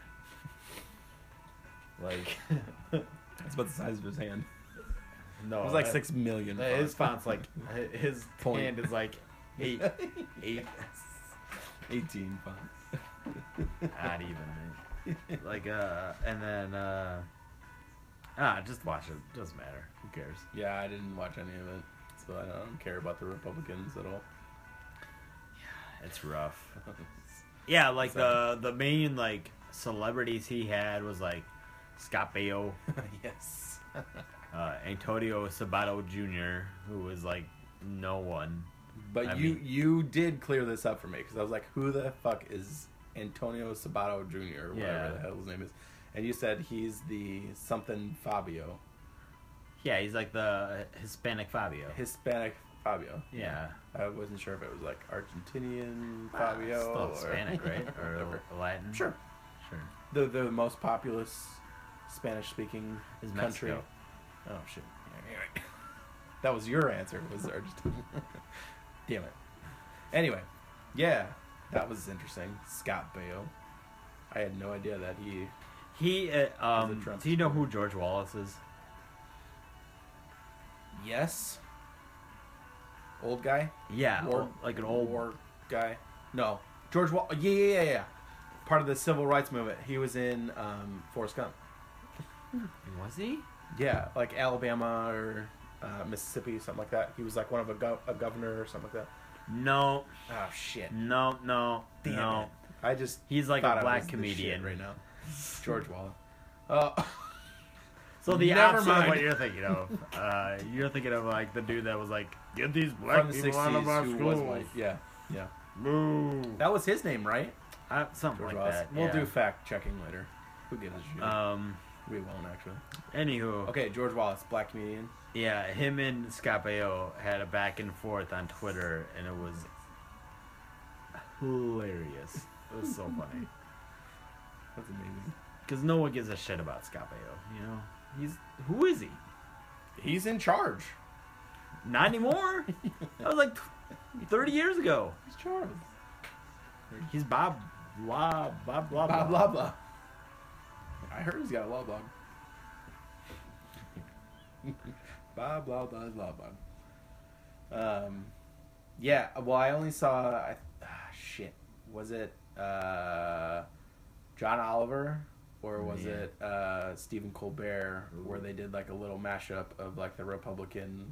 Speaker 2: Like
Speaker 3: It's about the size of his hand.
Speaker 2: no,
Speaker 3: it was like
Speaker 2: that-
Speaker 3: six million.
Speaker 2: that- His
Speaker 3: bucks.
Speaker 2: font's like his
Speaker 3: Point.
Speaker 2: hand is like eight, eight,
Speaker 3: Eighteen pounds.
Speaker 2: not even. man. Like uh, and then uh, ah, just watch it. Doesn't matter. Who cares?
Speaker 3: yeah, I didn't watch any of it, so I don't care about the Republicans at all.
Speaker 2: It's rough. Yeah, like the the main like celebrities he had was like Scott Baio,
Speaker 3: yes.
Speaker 2: uh, Antonio Sabato Jr., who was like no one.
Speaker 3: But
Speaker 2: I
Speaker 3: you
Speaker 2: mean-
Speaker 3: you did clear this up for me because I was like, who the fuck is Antonio Sabato Jr. or whatever
Speaker 2: Yeah.
Speaker 3: the hell his name is, and you said he's the something Fabio,
Speaker 2: Yeah, he's like the Hispanic Fabio.
Speaker 3: Hispanic Fabio.
Speaker 2: yeah, Ah,
Speaker 3: I wasn't sure if it was like Argentinian
Speaker 2: It's
Speaker 3: Fabio
Speaker 2: still
Speaker 3: or
Speaker 2: Hispanic, right? Or
Speaker 3: whatever.
Speaker 2: Latin?
Speaker 3: Sure,
Speaker 2: sure.
Speaker 3: the the most populous Spanish speaking
Speaker 2: Is
Speaker 3: country.
Speaker 2: Mexico?
Speaker 3: Oh shit! That was your answer. Was Argentina? Damn it. Anyway, yeah, that was interesting. Scott Baio. I had no idea that he.
Speaker 2: He, uh,
Speaker 3: He's a
Speaker 2: um,
Speaker 3: Trump
Speaker 2: do you know who
Speaker 3: supporter.
Speaker 2: George Wallace is?
Speaker 3: Yes. Old guy.
Speaker 2: Yeah,
Speaker 3: War-
Speaker 2: old- like an old
Speaker 3: war guy. No, George. Wa- yeah, yeah, yeah, yeah. Part of the civil rights movement. He was in um, Forrest Gump.
Speaker 2: Was he?
Speaker 3: Yeah, like Alabama or uh, Mississippi, something like that. He was like one of a, gov a governor or something like that.
Speaker 2: No,
Speaker 3: Oh shit!
Speaker 2: no, no,
Speaker 3: Damn
Speaker 2: no.
Speaker 3: it. I just
Speaker 2: He's like
Speaker 3: thought
Speaker 2: a
Speaker 3: I
Speaker 2: black
Speaker 3: was the
Speaker 2: comedian.
Speaker 3: shit right now. George Wallace. Uh,
Speaker 2: So the
Speaker 3: Never
Speaker 2: opposite
Speaker 3: mind.
Speaker 2: of what you're thinking of. Uh, you're thinking of like the dude that was like, get these black
Speaker 3: from the
Speaker 2: people out of our
Speaker 3: '60s, who was
Speaker 2: schools.
Speaker 3: white. Yeah, yeah.
Speaker 2: Boo.
Speaker 3: That was his name, right?
Speaker 2: Uh, something
Speaker 3: George
Speaker 2: like
Speaker 3: Wallace.
Speaker 2: that.
Speaker 3: We'll
Speaker 2: yeah.
Speaker 3: do fact checking later. Who gives a shit?
Speaker 2: Um.
Speaker 3: we won't actually.
Speaker 2: Anywho.
Speaker 3: Okay, George Wallace, black comedian.
Speaker 2: Yeah, him and Scott Baio had a back and forth on Twitter, and it was hilarious. It was so funny.
Speaker 3: That's amazing.
Speaker 2: because no one gives a shit about Scapio. You know, he's who is he?
Speaker 3: He's in charge.
Speaker 2: Not anymore. that was like tw- thirty years ago.
Speaker 3: He's charged.
Speaker 2: He's Bob blah blah blah
Speaker 3: Blah blah blah. I heard he's got a law blog. blah blah blah blah blah. Um, yeah. Well, I only saw. I, ah, shit. Was it uh, John Oliver or was
Speaker 2: Yeah.
Speaker 3: it uh, Stephen Colbert, where
Speaker 2: Ooh.
Speaker 3: they did like a little mashup of like the Republican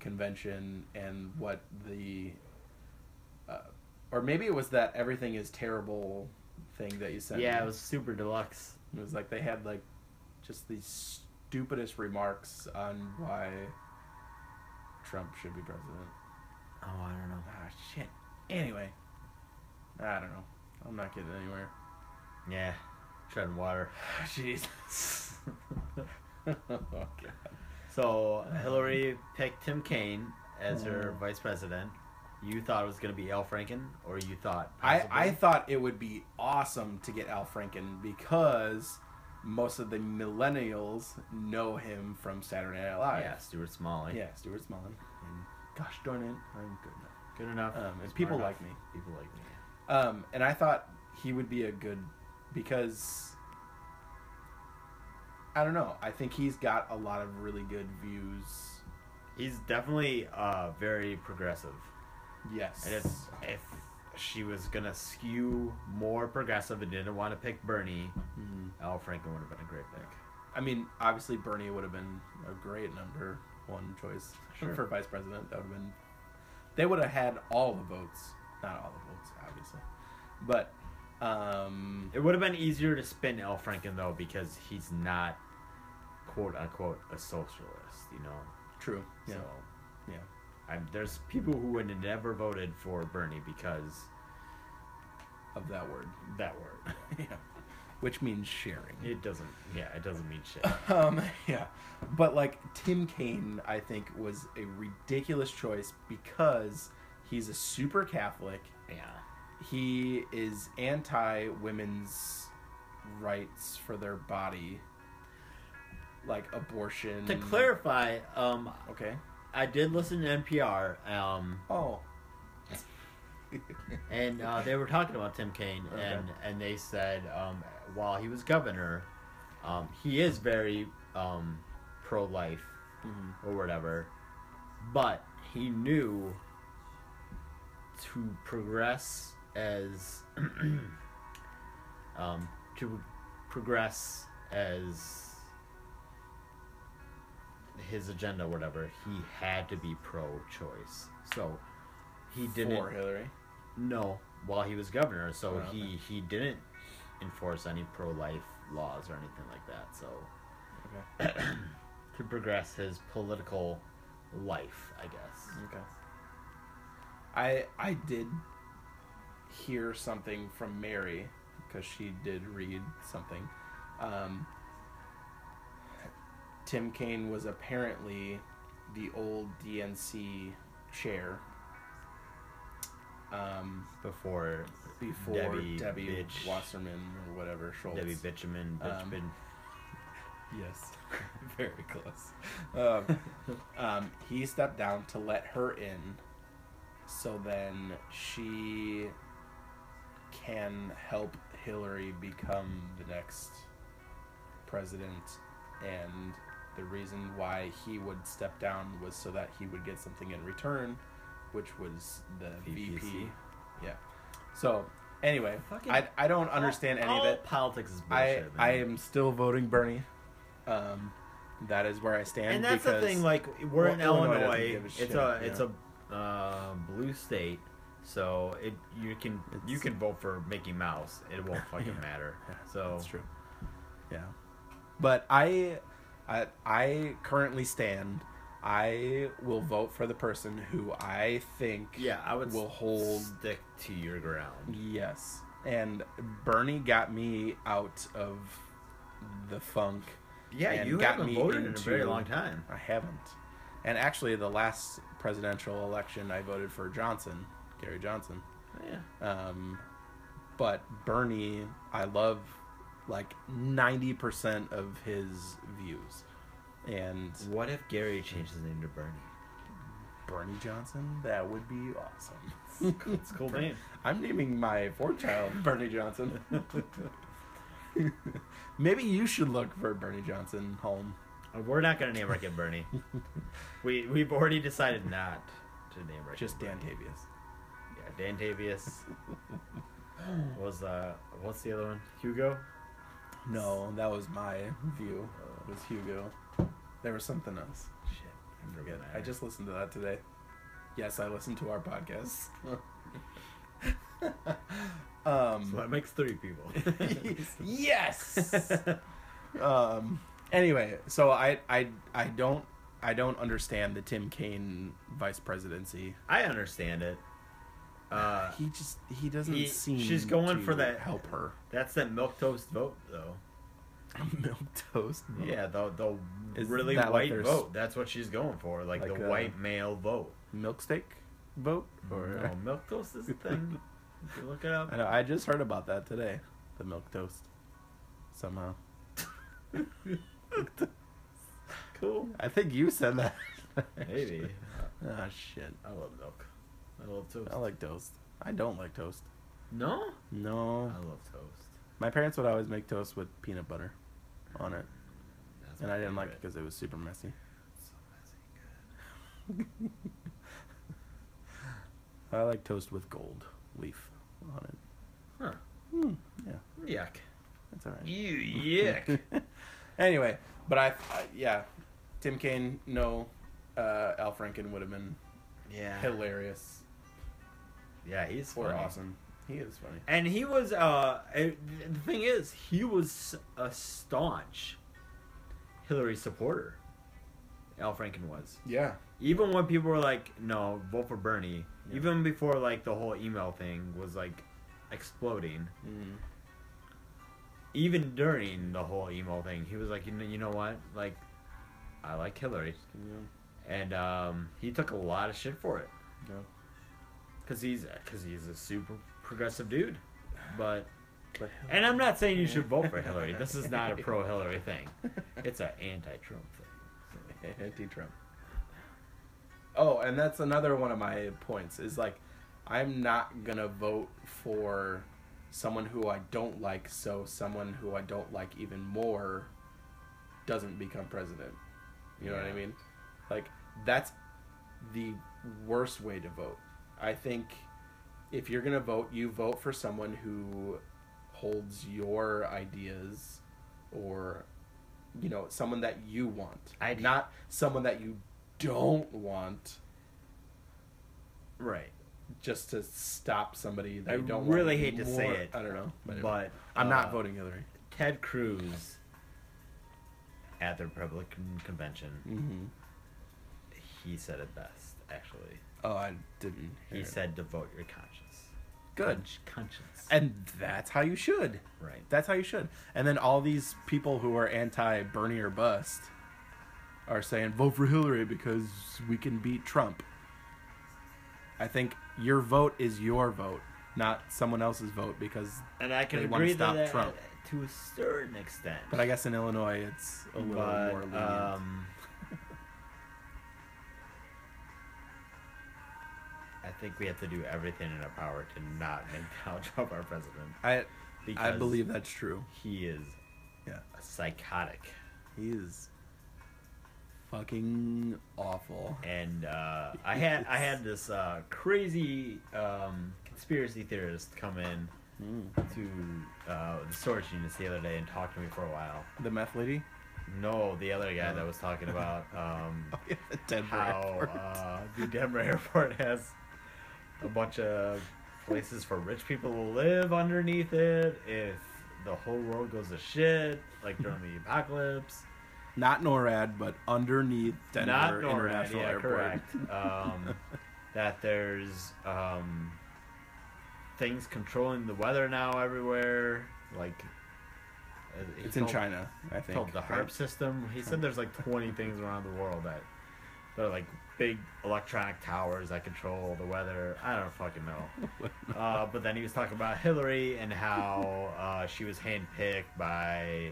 Speaker 3: convention and what the uh, or maybe it was that everything is terrible thing that you sent.
Speaker 2: Yeah,
Speaker 3: me.
Speaker 2: it was super deluxe.
Speaker 3: It was like they had like just these stupidest remarks on why Trump should be president.
Speaker 2: Oh, I don't know.
Speaker 3: Ah, shit. Anyway, I don't know. I'm not getting anywhere.
Speaker 2: Yeah, treading water.
Speaker 3: Jeez. oh god.
Speaker 2: So Hillary picked Tim Kaine as
Speaker 3: Oh.
Speaker 2: her vice president. You thought it was going to be Al Franken, or you thought
Speaker 3: I, I
Speaker 2: possibly-
Speaker 3: thought it would be awesome to get Al Franken because most of the millennials know him from Saturday Night Live.
Speaker 2: yeah Stuart Smalley.
Speaker 3: Yeah, Stuart Smalley. And gosh darn it, I'm good now.
Speaker 2: good enough.
Speaker 3: Um, and
Speaker 2: Smart
Speaker 3: people
Speaker 2: enough.
Speaker 3: like me.
Speaker 2: People like me.
Speaker 3: Um, and I thought he would be a good because I don't know. I think he's got a lot of really good views.
Speaker 2: He's definitely uh, very progressive,
Speaker 3: Yes.
Speaker 2: and if if she was going to skew more progressive and didn't want to pick Bernie,
Speaker 3: Mhm.
Speaker 2: Al Franken would have been a great pick.
Speaker 3: I mean, obviously Bernie would have been a great number one choice
Speaker 2: Sure.
Speaker 3: for vice president. That would have been. They would have had all the votes, not all the votes, obviously, but um,
Speaker 2: It would have been easier to spin Al Franken though because he's not quote unquote a socialist, you know.
Speaker 3: true. Yeah.
Speaker 2: So
Speaker 3: Yeah.
Speaker 2: I'm, there's people who would have never voted for Bernie because
Speaker 3: Of that word.
Speaker 2: that word.
Speaker 3: yeah. Which means sharing.
Speaker 2: It doesn't. Yeah, it doesn't mean shit.
Speaker 3: Um, yeah, but like Tim Kaine, I think was a ridiculous choice because he's a super Catholic.
Speaker 2: Yeah.
Speaker 3: He is anti women's rights for their body, like abortion.
Speaker 2: To clarify, um,
Speaker 3: okay.
Speaker 2: I did listen to NPR, um,
Speaker 3: Oh. Mm-hmm.
Speaker 2: and uh, they were talking about Tim Kaine,
Speaker 3: Okay.
Speaker 2: and and they said um, while he was governor, um, he is very um, pro life.
Speaker 3: Mhm.
Speaker 2: or whatever. But he knew to progress as um, to progress as his agenda, whatever. He had to be pro-choice, so he didn't.
Speaker 3: For Hillary.
Speaker 2: No, while he was governor, so
Speaker 3: Oh, okay.
Speaker 2: he he didn't enforce any pro-life laws or anything like that. So
Speaker 3: Okay.
Speaker 2: to progress his political life, I guess.
Speaker 3: Okay. I I did hear something from Mary because she did read something. Um, Tim Kaine was apparently the old DNC chair. Um,
Speaker 2: Before
Speaker 3: before Debbie,
Speaker 2: Debbie Bitch-
Speaker 3: Wasserman or whatever Schultz.
Speaker 2: Debbie Bitchman,
Speaker 3: Um,
Speaker 2: Bitchman.
Speaker 3: Yes, very close. Um, um, he stepped down to let her in, so then she can help Hillary become the next president. And the reason why he would step down was so that he would get something in return, which was the VP.
Speaker 2: VPC.
Speaker 3: Yeah. So anyway,
Speaker 2: Fucking-
Speaker 3: I I don't understand any of
Speaker 2: All
Speaker 3: it.
Speaker 2: Politics is
Speaker 3: I
Speaker 2: bullshit.
Speaker 3: I
Speaker 2: man.
Speaker 3: am still voting Bernie. Um, that is where I stand.
Speaker 2: and that's the
Speaker 3: because
Speaker 2: thing. Like we're in
Speaker 3: Well, Illinois
Speaker 2: Illinois,
Speaker 3: doesn't give a
Speaker 2: it's
Speaker 3: shit,
Speaker 2: a
Speaker 3: yeah.
Speaker 2: it's a uh, blue state, so it you can you
Speaker 3: It's-
Speaker 2: can vote for Mickey Mouse. It won't fucking
Speaker 3: Yeah.
Speaker 2: matter.
Speaker 3: Yeah,
Speaker 2: So
Speaker 3: that's true. Yeah, but I, I, I currently stand. I will vote for the person who I think.
Speaker 2: yeah, I would
Speaker 3: will
Speaker 2: s-
Speaker 3: hold.
Speaker 2: stick to your ground.
Speaker 3: Yes, and Bernie got me out of the funk.
Speaker 2: Yeah,
Speaker 3: And
Speaker 2: you
Speaker 3: got
Speaker 2: haven't
Speaker 3: me
Speaker 2: voted in a
Speaker 3: into-
Speaker 2: very long time.
Speaker 3: I haven't. And actually, the last presidential election, I voted for Johnson,
Speaker 2: Uh,
Speaker 3: Gary Johnson.
Speaker 2: Yeah.
Speaker 3: Um, but Bernie, I love like 90% of his views. And
Speaker 2: What if Gary changed his name to Bernie?
Speaker 3: Bernie Johnson, that would be awesome.
Speaker 2: It's a cool name.
Speaker 3: I'm naming my fourth child Bernie Johnson. Maybe you should look for Bernie Johnson home.
Speaker 2: Uh, We're not gonna name our kid Bernie. we we've already decided not to name our kid
Speaker 3: Just Dan
Speaker 2: Bernie.
Speaker 3: Tavius.
Speaker 2: Yeah, Dan Tavius. was uh what's the other one? Hugo?
Speaker 3: No, that was my view. It was Hugo. There was something else.
Speaker 2: Shit. I
Speaker 3: Forget.
Speaker 2: forget.
Speaker 3: I just listened to that today. Yes, I listened to our podcast.
Speaker 2: so that
Speaker 3: um,
Speaker 2: makes three people.
Speaker 3: yes.
Speaker 2: Uh,
Speaker 3: um, anyway, so I I I don't I don't understand the Tim Kaine vice presidency.
Speaker 2: I understand it. Uh
Speaker 3: he just he doesn't
Speaker 2: he-
Speaker 3: seem.
Speaker 2: she's going
Speaker 3: to
Speaker 2: for that-
Speaker 3: help her
Speaker 2: that's that milk toast vote though.
Speaker 3: milk toast. vote.
Speaker 2: Yeah, the the
Speaker 3: Is
Speaker 2: really
Speaker 3: that what
Speaker 2: white
Speaker 3: they're s-
Speaker 2: vote. That's what she's going for, like,
Speaker 3: Like,
Speaker 2: the
Speaker 3: uh,
Speaker 2: white male vote.
Speaker 3: milkshake vote or
Speaker 2: No, milk toast is a thing. If you look it up.
Speaker 3: I know I just heard about that today. The milk toast. Somehow.
Speaker 2: Cool.
Speaker 3: I think you said that.
Speaker 2: Maybe.
Speaker 3: Ah shit.
Speaker 2: I love milk. I love toast.
Speaker 3: I like toast. I don't like toast.
Speaker 2: no? I
Speaker 3: No.
Speaker 2: love toast.
Speaker 3: My parents would always make toast with peanut butter on it,
Speaker 2: That's
Speaker 3: and
Speaker 2: my
Speaker 3: I didn't like
Speaker 2: favorite.
Speaker 3: it because it was super messy.
Speaker 2: So messy good.
Speaker 3: I like toast with gold leaf on it.
Speaker 2: Huh.
Speaker 3: Hmm. Yeah,
Speaker 2: Yuck.
Speaker 3: that's all right.
Speaker 2: Ew, yuck.
Speaker 3: anyway, but I, I yeah, Tim Kaine, no, uh, Al Franken would have been
Speaker 2: yeah.
Speaker 3: hilarious
Speaker 2: Yeah, he's
Speaker 3: or
Speaker 2: funny.
Speaker 3: awesome. He is funny.
Speaker 2: And he was, uh, it- the thing is, he was a staunch Hillary supporter. Al Franken was.
Speaker 3: Yeah,
Speaker 2: Even when people were like, no, vote for Bernie,
Speaker 3: Yeah.
Speaker 2: even before, like, the whole email thing was, like, exploding,
Speaker 3: mm.
Speaker 2: even during the whole email thing, he was like, you know, you know what? Like, I like Hillary. And, um, he took a lot of shit for it.
Speaker 3: yeah.
Speaker 2: Cause he's, cause he's a super progressive dude. But
Speaker 3: But
Speaker 2: And I'm not saying you should vote for Hillary. This is not a pro Hillary thing. It's an anti Trump thing.
Speaker 3: anti-Trump. Oh, and that's another one of my points is like, I'm not gonna vote for someone who I don't like, so someone who I don't like even more doesn't become president. You know what I
Speaker 2: Yeah.
Speaker 3: mean? Like that's the worst way to vote. I think if you're gonna vote, you vote for someone who holds your ideas or you know someone that you want
Speaker 2: Ide-
Speaker 3: not someone that you don't want
Speaker 2: Right.
Speaker 3: just to stop somebody that
Speaker 2: I
Speaker 3: you don't
Speaker 2: really
Speaker 3: want
Speaker 2: hate to say
Speaker 3: more-
Speaker 2: it,
Speaker 3: i don't know but, anyway.
Speaker 2: But
Speaker 3: i'm
Speaker 2: uh,
Speaker 3: not voting hillary
Speaker 2: Ted Cruz at the Republican convention,
Speaker 3: mm-hmm.
Speaker 2: he said it best, actually.
Speaker 3: oh i didn't hear
Speaker 2: He
Speaker 3: it.
Speaker 2: said to vote your conscience.
Speaker 3: good
Speaker 2: Consci- Conscience.
Speaker 3: and that's how you should
Speaker 2: Right.
Speaker 3: that's how you should and then all these people who are anti bernie or bust are saying vote for hillary because we can beat trump i think your vote is your vote not someone else's vote because
Speaker 2: And I can
Speaker 3: They wanna
Speaker 2: agree
Speaker 3: stop
Speaker 2: that
Speaker 3: Trump.
Speaker 2: to a certain extent.
Speaker 3: But I guess in Illinois, it's a little
Speaker 2: But,
Speaker 3: more lenient.
Speaker 2: um, I think we have to do everything in our power to not make Donald Trump our president.
Speaker 3: I I
Speaker 2: because-
Speaker 3: believe that's true.
Speaker 2: He is
Speaker 3: Yeah,
Speaker 2: a psychotic,
Speaker 3: he is fucking awful.
Speaker 2: and uh, I had I had this uh, crazy um, conspiracy theorist come in
Speaker 3: Hmm.
Speaker 2: to uh, the storage units the other day and talk to me for a while.
Speaker 3: The meth lady.
Speaker 2: No, the other guy that was talking about um,
Speaker 3: Oh yeah, the Denver airport.
Speaker 2: how uh, the Denver airport has a bunch of places for rich people to live underneath it if the whole world goes to shit, like during the apocalypse.
Speaker 3: Not NORAD, but underneath Denver
Speaker 2: Not NORAD,
Speaker 3: International
Speaker 2: yeah,
Speaker 3: Airport.
Speaker 2: correct. Um, that there's um, things controlling the weather now everywhere, like. uh, he
Speaker 3: It's in
Speaker 2: told-
Speaker 3: China, I think.
Speaker 2: Called the
Speaker 3: right?
Speaker 2: harp system. He said there's like 20 things around the world that They're like big electronic towers that control the weather. I don't fucking know. Uh, but then he was talking about Hillary and how uh, she was handpicked by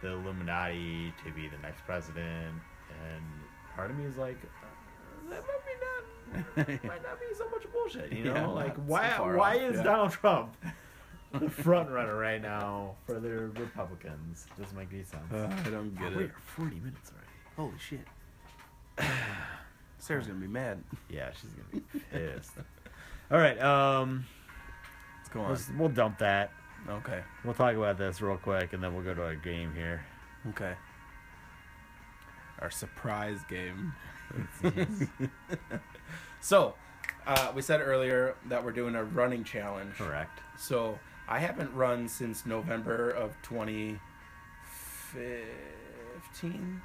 Speaker 2: the Illuminati to be the next president. And part of me is like, uh, that might be not might not be so much bullshit. You know,
Speaker 3: Yeah,
Speaker 2: like
Speaker 3: not so
Speaker 2: why
Speaker 3: far
Speaker 2: why
Speaker 3: off,
Speaker 2: is
Speaker 3: yeah.
Speaker 2: Donald Trump the front runner right now for the Republicans? Doesn't make any sense.
Speaker 3: Uh, I don't
Speaker 2: Oh,
Speaker 3: get
Speaker 2: we
Speaker 3: it.
Speaker 2: are forty minutes already.
Speaker 3: Holy shit. Sarah's gonna be mad.
Speaker 2: Yeah, she's gonna be pissed. All right, um,
Speaker 3: What's going on?
Speaker 2: let's, we'll dump that.
Speaker 3: Okay.
Speaker 2: We'll talk about this real quick, and then we'll go to our game here.
Speaker 3: Okay. Our surprise game. so, uh, we said earlier that we're doing a running challenge.
Speaker 2: Correct.
Speaker 3: So, I haven't run since November of 2015,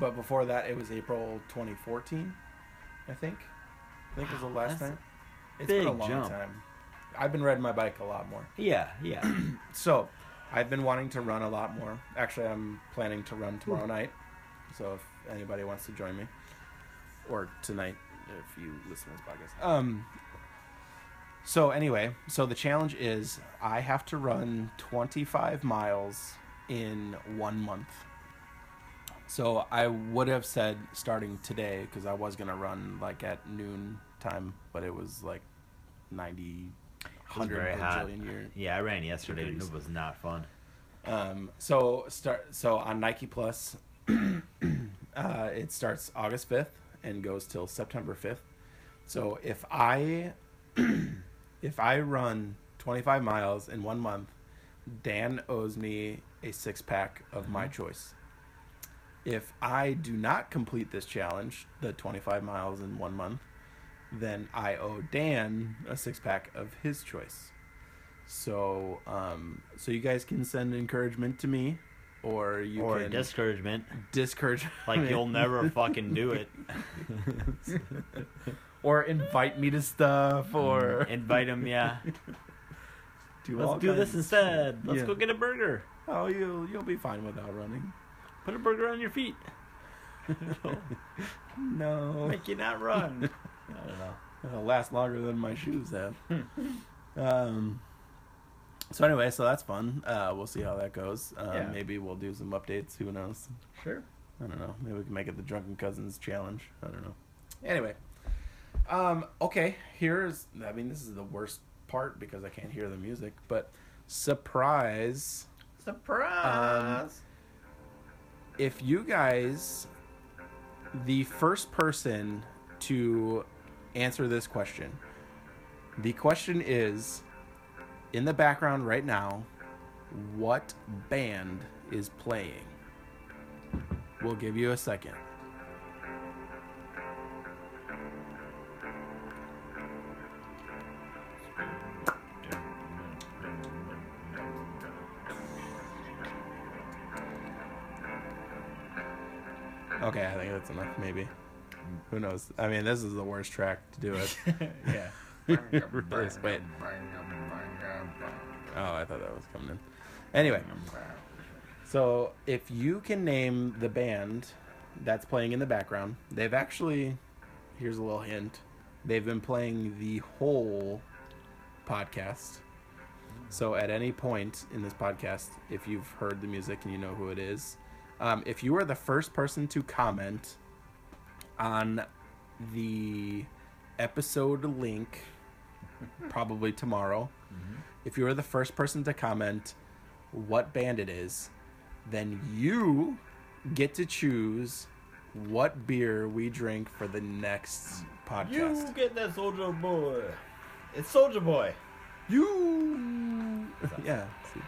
Speaker 3: but before that, it was April 2014, I think. I think it was the last
Speaker 5: That's a
Speaker 3: time. It's been a
Speaker 5: big
Speaker 3: long
Speaker 5: jump.
Speaker 3: time. I've been riding my bike a lot more.
Speaker 5: Yeah, yeah.
Speaker 3: So, I've been wanting to run a lot more. Actually, I'm planning to run tomorrow night. So, if anybody wants to join me, or tonight, if you listen to this podcast. Um. So anyway, so the challenge is I have to run 25 miles in one month. So I would have said starting today because I was gonna run like at noon time, but it was like 90,
Speaker 2: very
Speaker 3: 100
Speaker 2: hot.
Speaker 3: bajillion year
Speaker 2: Yeah, I ran yesterday, and
Speaker 3: Degrees.
Speaker 2: it was not fun.
Speaker 3: um, so start so on Nike Plus, uh, it starts August fifth and goes till September fifth. So if I if I run twenty five miles in one month, Dan owes me a six pack of my choice. If I do not complete this challenge, the twenty five miles in one month, then I owe Dan a six pack of his choice. So, um, so you guys can send encouragement to me, or you
Speaker 2: or
Speaker 3: can
Speaker 2: discouragement,
Speaker 3: discourage,
Speaker 2: like you'll never fucking do it.
Speaker 3: or invite me to stuff,
Speaker 2: Mm,
Speaker 3: or
Speaker 2: invite him. Yeah,
Speaker 3: do all
Speaker 2: let's do this
Speaker 3: kinds of-
Speaker 2: instead. Let's
Speaker 3: Yeah.
Speaker 2: go get a burger.
Speaker 3: Oh, you'll you'll be fine without running.
Speaker 2: Put a burger on your feet. It'll
Speaker 3: No,
Speaker 2: Make you not run. I don't know.
Speaker 3: it'll Uh, last longer than my shoes have. um. So anyway, so that's fun. Uh, we'll see how that goes. Uh,
Speaker 2: Yeah.
Speaker 3: Maybe we'll do some updates. Who knows?
Speaker 2: Sure.
Speaker 3: I don't know. Maybe we can make it the Drunken Cousins challenge. I don't know. Anyway, um, okay. Here's. I mean, this is the worst part because I can't hear the music. But surprise! Um,
Speaker 2: Surprise.
Speaker 3: If you guys, the first person to answer this question, the question is, in the background right now, what band is playing? We'll give you a second. Okay, I think that's enough. Maybe. Who knows? I mean, this is the worst track to do it.
Speaker 2: yeah.
Speaker 3: Reverse. Wait. Oh, I thought that was coming in. Anyway, so if you can name the band that's playing in the background, they've actually. Here's a little hint. They've been playing the whole podcast. So at any point in this podcast, if you've heard the music and you know who it is, um, if you are the first person to comment on the episode link, probably tomorrow, if you are the first person to comment what band it is, then you get to choose what beer we drink for the next podcast.
Speaker 2: You get that soldier boy. It's soldier boy.
Speaker 3: You. Yeah. see.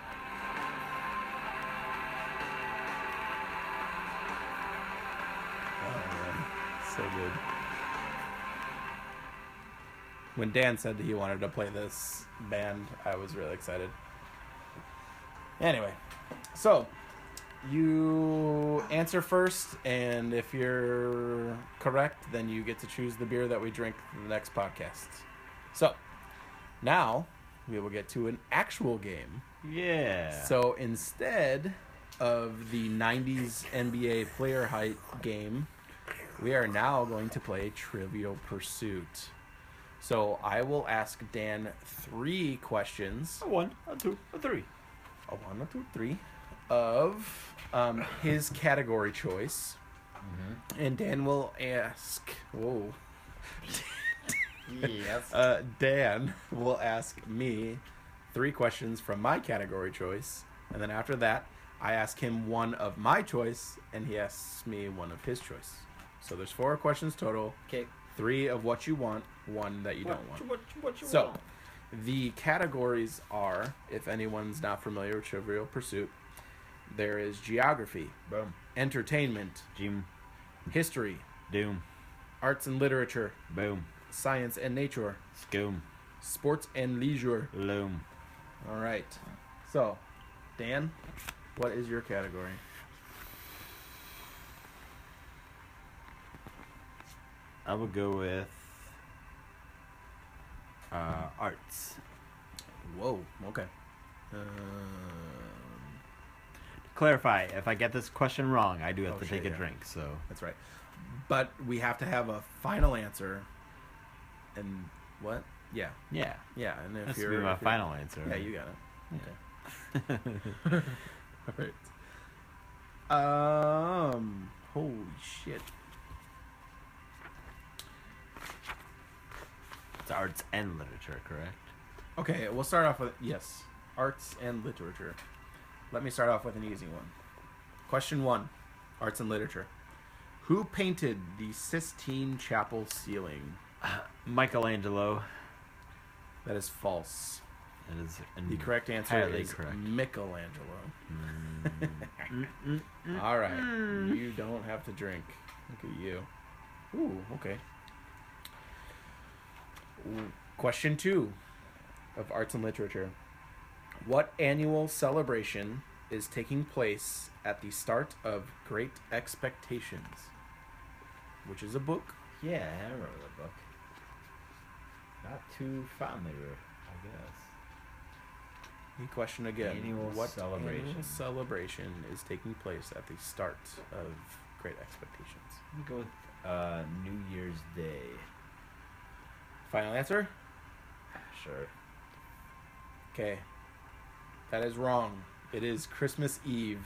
Speaker 3: Oh man, so good. When Dan said that he wanted to play this band, I was really excited. Anyway, so you answer first, and if you're correct, then you get to choose the beer that we drink for the next podcast. So now we will get to an actual game.
Speaker 2: Yeah.
Speaker 3: So instead of the 90s NBA player height game, We are now going to play Trivial Pursuit. So I will ask Dan three questions.
Speaker 2: A one, a two, a three.
Speaker 3: A one, a two, three, of um, his category choice, and Dan will ask. Whoa.
Speaker 2: Yes.
Speaker 3: Uh, Dan will ask me three questions from my category choice, and then after that, I ask him one of my choice, and he asks me one of his choice. So there's four questions total.
Speaker 2: Okay.
Speaker 3: Three of what you want, one that you don't want.
Speaker 2: What, what you
Speaker 3: So,
Speaker 2: want?
Speaker 3: the categories are, if anyone's not familiar with Trivial Pursuit, there is geography,
Speaker 2: Boom.
Speaker 3: entertainment,
Speaker 2: Jim.
Speaker 3: history,
Speaker 2: Doom.
Speaker 3: arts and literature,
Speaker 2: Boom.
Speaker 3: science and nature,
Speaker 2: Scoom.
Speaker 3: sports and leisure.
Speaker 2: Loom.
Speaker 3: All right. So, Dan, what is your category?
Speaker 2: I would go with uh, arts.
Speaker 3: Whoa. Okay. Um,
Speaker 2: Clarify, if I get this question wrong, I do have
Speaker 3: Oh,
Speaker 2: to
Speaker 3: shit,
Speaker 2: take a
Speaker 3: yeah.
Speaker 2: drink, so.
Speaker 3: that's right. But we have to have a final answer. And what? Yeah.
Speaker 2: Yeah.
Speaker 3: Yeah. And if
Speaker 2: That's
Speaker 3: you're
Speaker 2: gonna be my
Speaker 3: if you're-
Speaker 2: final answer.
Speaker 3: Yeah, you got it. Okay. All right. Um. Holy shit.
Speaker 2: It's arts and literature, correct?
Speaker 3: Okay, we'll start off with yes, arts and literature. Let me start off with an easy one. Question one, arts and literature. Who painted the Sistine Chapel ceiling?
Speaker 2: Michelangelo.
Speaker 3: That is false.
Speaker 2: That is
Speaker 3: The correct answer
Speaker 2: entirely
Speaker 3: is
Speaker 2: Hmm. correct.
Speaker 3: Michelangelo.
Speaker 2: Mm, mm, mm.
Speaker 3: All right, you don't have to drink. Look at you. Ooh, okay. Ooh, Question two of arts and literature. What annual celebration is taking place at the start of Great Expectations? Which is a book.
Speaker 2: Yeah, I remember the book. Not too familiar, I guess.
Speaker 3: The question again.
Speaker 2: Annual
Speaker 3: what
Speaker 2: celebration.
Speaker 3: annual celebration is taking place at the start of Great Expectations?
Speaker 2: Let me go with uh, New Year's Day.
Speaker 3: Final answer?
Speaker 2: Sure.
Speaker 3: Okay. That is wrong. It is Christmas Eve.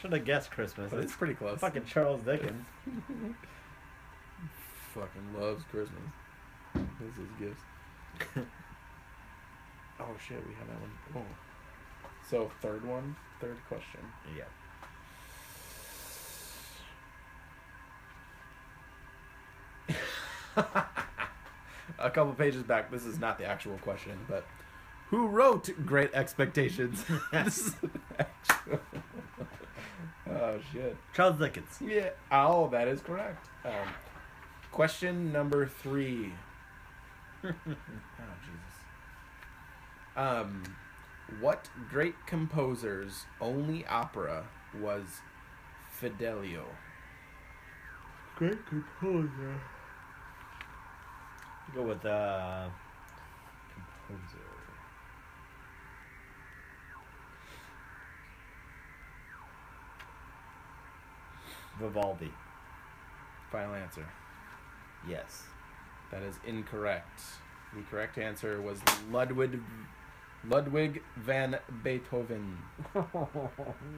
Speaker 2: Should have guessed Christmas.
Speaker 3: But it's
Speaker 2: It's
Speaker 3: pretty close.
Speaker 2: fucking Charles Dickens.
Speaker 3: fucking loves Christmas. This is gifts. oh shit, we have that one. Oh. So third one, third question.
Speaker 2: yeah.
Speaker 3: A couple pages back, this is not the actual question, but who wrote Great Expectations? this is actual. oh shit.
Speaker 2: Charles Dickens.
Speaker 3: Yeah. Oh, that is correct. Um, question number three. oh Jesus. Um, what great composer's only opera was Fidelio?
Speaker 2: Great composer. Go with uh, composer. Vivaldi.
Speaker 3: Final answer.
Speaker 2: Yes.
Speaker 3: That is incorrect. The correct answer was Ludwig Ludwig van Beethoven,
Speaker 2: Or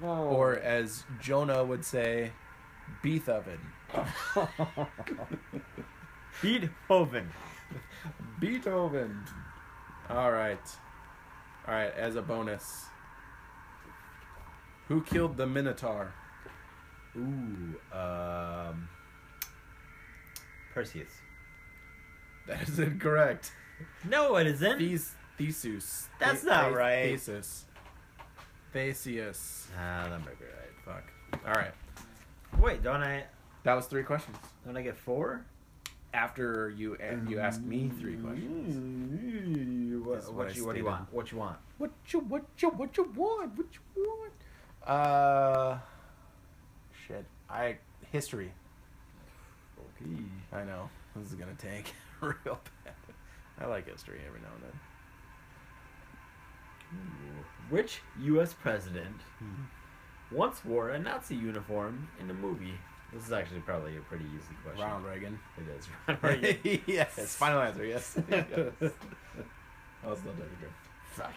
Speaker 3: or as Jonah would say, Beethoven.
Speaker 2: Beethoven.
Speaker 3: Beethoven. All right. All right, as a bonus. Who killed the Minotaur?
Speaker 2: Ooh, um, Perseus.
Speaker 3: That is incorrect.
Speaker 5: No, it isn't.
Speaker 3: These Theseus.
Speaker 5: That's not right.
Speaker 3: Theseus. Theseus.
Speaker 2: Ah, that might be right.
Speaker 3: Fuck. All right.
Speaker 5: Wait, don't I?
Speaker 3: That was three questions.
Speaker 5: Don't I get four?
Speaker 3: After you a- you asked me three questions.
Speaker 5: Mm-hmm. What,
Speaker 3: That's
Speaker 5: what,
Speaker 3: what I
Speaker 5: you, what do
Speaker 3: stated.
Speaker 5: you want? What you want?
Speaker 3: What you what you what you want? What you want? Uh shit. I history.
Speaker 2: Okay.
Speaker 3: I know. This is gonna tank real bad. I like history every now and then.
Speaker 5: Hmm. Which U.S. president once wore a Nazi uniform in a movie?
Speaker 2: This is actually probably a pretty easy question.
Speaker 3: Ronald Reagan.
Speaker 2: It is. Ronald Reagan.
Speaker 3: yes.
Speaker 5: That's final answer, yes.
Speaker 2: Yes.
Speaker 5: Oh, it's not Dr. Dre.
Speaker 3: Fuck.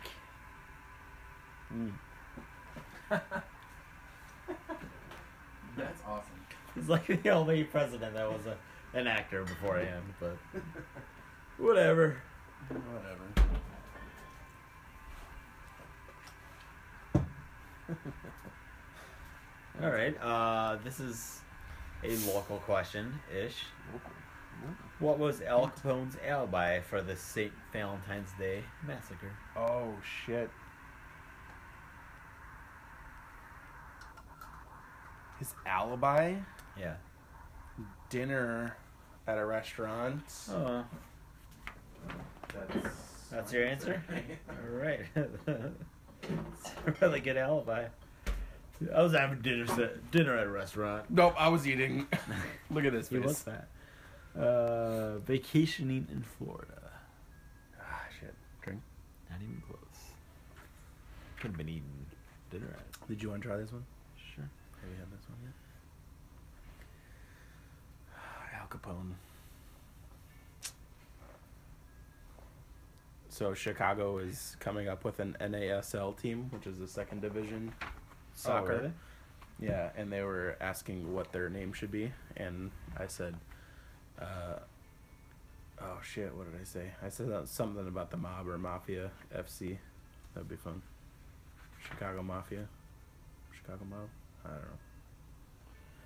Speaker 1: That's awesome.
Speaker 2: He's like the only president that was a, an actor beforehand, but whatever.
Speaker 1: Whatever.
Speaker 2: All right. Uh, this is a local question ish. What was Al Capone's alibi for the St. Valentine's Day massacre?
Speaker 3: Oh shit. His alibi
Speaker 2: Yeah.
Speaker 3: dinner at a restaurant.
Speaker 2: Oh,
Speaker 1: That's,
Speaker 2: That's your answer? all right. It's a really good alibi. I was having dinner set, dinner at a restaurant.
Speaker 3: Nope, I was eating. Look at this
Speaker 2: He was
Speaker 3: face.
Speaker 2: fat. Uh, vacationing in Florida.
Speaker 3: Ah, shit. Drink.
Speaker 2: Not even close. Could have been eating dinner at.
Speaker 3: Did you want to try this one?
Speaker 2: Sure.
Speaker 3: Have you had this one yet? Al Capone. So Chicago is coming up with an NASL team, which is the second division Oh, soccer.
Speaker 2: really?
Speaker 3: Yeah, and they were asking what their name should be, and I said, uh, "Oh shit, what did I say? I said that- something about the mob or mafia FC. That'd be fun. Chicago Mafia, Chicago Mob. I don't know.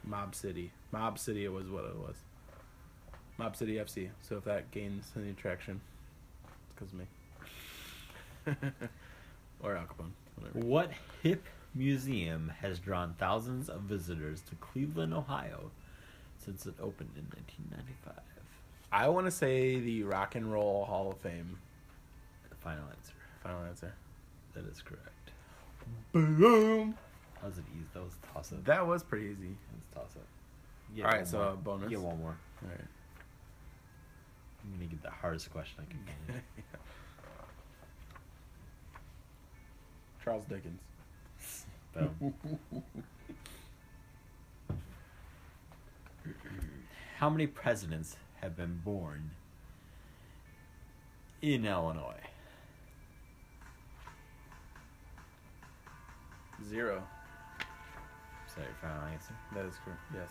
Speaker 3: Mob City, Mob City was what it was. Mob City FC. So if that gains any traction, it's because of me or Al Capone, whatever.
Speaker 2: What hip museum has drawn thousands of visitors to Cleveland, Ohio since it opened in 1995?
Speaker 3: I want to say the Rock and Roll Hall of Fame.
Speaker 2: The final answer.
Speaker 3: Final answer.
Speaker 2: That is correct.
Speaker 3: Boom.
Speaker 2: That was an easy. That was a toss up.
Speaker 3: That was pretty easy.
Speaker 2: was a toss up.
Speaker 3: All right, so uh, bonus.
Speaker 2: Get
Speaker 3: All
Speaker 2: one more.
Speaker 3: right.
Speaker 2: I'm going to get the hardest question I can find.
Speaker 3: Charles Dickens.
Speaker 2: Boom. How many presidents have been born in Illinois?
Speaker 3: Zero.
Speaker 2: Is that your final answer?
Speaker 3: That is correct. Yes.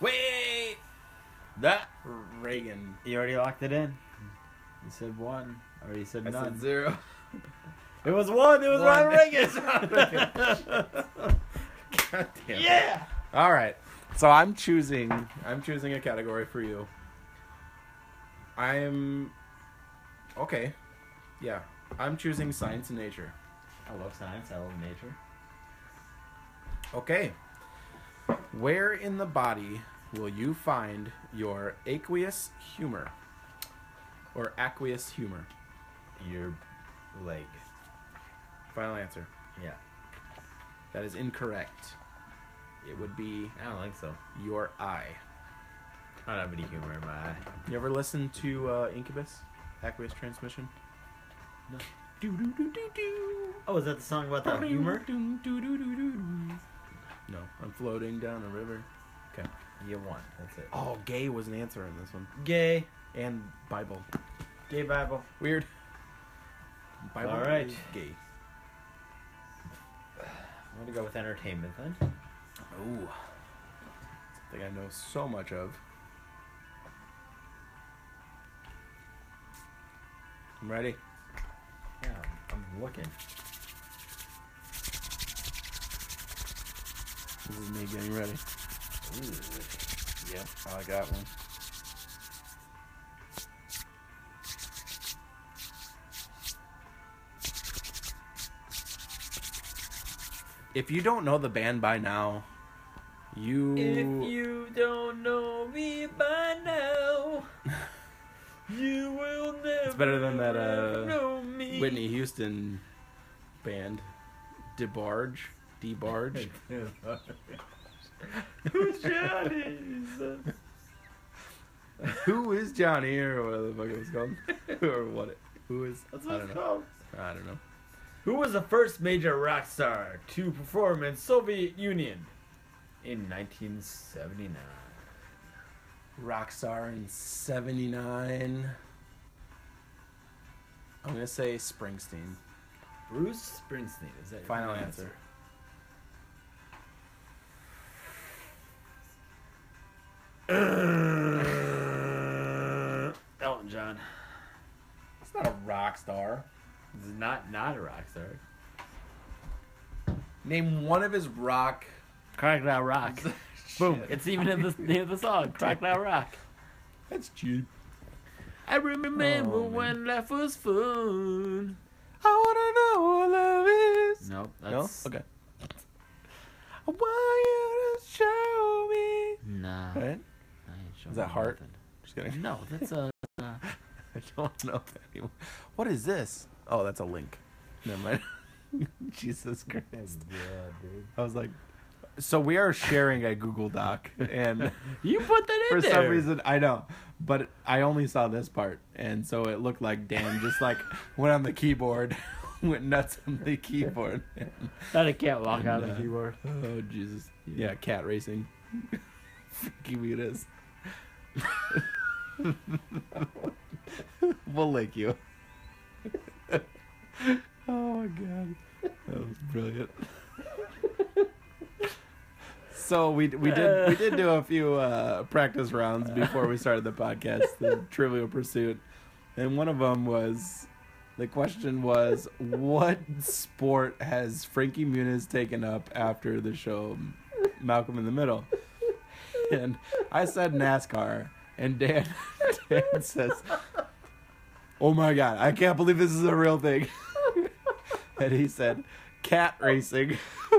Speaker 2: Wait! That
Speaker 3: Reagan.
Speaker 2: you already locked it in. You said one, or you said
Speaker 3: I
Speaker 2: none.
Speaker 3: said zero.
Speaker 2: it was one. It was
Speaker 3: One.
Speaker 2: Ron Reagan.
Speaker 3: God damn.
Speaker 2: yeah.
Speaker 3: All right. So I'm choosing. I'm choosing a category for you. I'm. Okay. Yeah. I'm choosing science and nature.
Speaker 2: I love science. I love nature.
Speaker 3: Okay. Where in the body will you find your aqueous humor? Or aqueous humor?
Speaker 2: Your leg.
Speaker 3: Final answer.
Speaker 2: Yeah.
Speaker 3: That is incorrect. It would be
Speaker 2: I don't think so.
Speaker 3: your eye.
Speaker 2: I don't have any humor in my eye.
Speaker 3: You ever listen to uh, Incubus? Aqueous transmission?
Speaker 2: No.
Speaker 3: Do do do do do.
Speaker 2: Oh, is that the song about the humor?
Speaker 3: Do, do, do, do, do. No, I'm floating down a river.
Speaker 2: You won. That's it.
Speaker 3: Oh, gay was an answer in this one.
Speaker 2: Gay.
Speaker 3: And Bible.
Speaker 2: Gay Bible.
Speaker 3: Weird. Bible
Speaker 2: All right.
Speaker 3: is gay.
Speaker 2: I'm gonna go with entertainment then.
Speaker 3: Ooh. Something I know so much of. I'm ready.
Speaker 2: Yeah, I'm I'm looking.
Speaker 3: This is me getting ready.
Speaker 2: Ooh. Yep.
Speaker 3: I got one. If you don't know the band by now, you.
Speaker 2: you don't know me by now, you will never
Speaker 3: It's better than that, uh,
Speaker 2: know me.
Speaker 3: Whitney Houston band, DeBarge. DeBarge.
Speaker 2: Who's Johnny?
Speaker 3: who is Johnny or whatever the fuck it was called? or what? It, who is?
Speaker 2: That's
Speaker 3: I
Speaker 2: what
Speaker 3: don't
Speaker 2: it's
Speaker 3: know.
Speaker 2: called.
Speaker 3: I don't know.
Speaker 2: Who was the first major rock star to perform in Soviet Union? in 1979.
Speaker 3: Rockstar in 79. I'm going to say Springsteen.
Speaker 2: Bruce Springsteen. Is that your
Speaker 3: Final answer.
Speaker 2: Uh, Elton John.
Speaker 3: It's not a rock star.
Speaker 2: This is not not a rock star.
Speaker 3: Name one of his rock.
Speaker 2: Crocodile Rock. Boom. It's even in the name of the song, Crocodile Rock.
Speaker 3: That's cheap.
Speaker 2: I remember
Speaker 3: Oh, man.
Speaker 2: when life was fun.
Speaker 3: I want to know what love is.
Speaker 2: Nope.
Speaker 3: No?
Speaker 2: That's,
Speaker 3: Okay. I want you to show me.
Speaker 2: Nah. I
Speaker 3: Right?
Speaker 2: ain't showing
Speaker 3: Is that
Speaker 2: you
Speaker 3: Heart?
Speaker 2: nothing.
Speaker 3: Just kidding.
Speaker 2: No, that's a. Uh,
Speaker 3: I don't know anymore. What is this? Oh, that's a link. Never mind. Jesus Christ. I was like, so we are sharing a Google Doc, and
Speaker 2: you put that in
Speaker 3: for
Speaker 2: there.
Speaker 3: some reason I know, but I only saw this part, and so it looked like Dan just like went on the keyboard, went nuts on the keyboard.
Speaker 2: Not a cat walk out of
Speaker 3: No.
Speaker 2: the keyboard.
Speaker 3: Oh Jesus! Yeah, cat racing. Freaky me it is. we'll lick you. oh my god, that was brilliant. So we we did we did do a few uh, practice rounds before we started the podcast, the Trivial Pursuit, and one of them was the question was, what sport has Frankie Muniz taken up after the show Malcolm in the Middle? And I said NASCAR, and Dan, Dan says, Oh my God, I can't believe this is a real thing. and he said, Cat racing.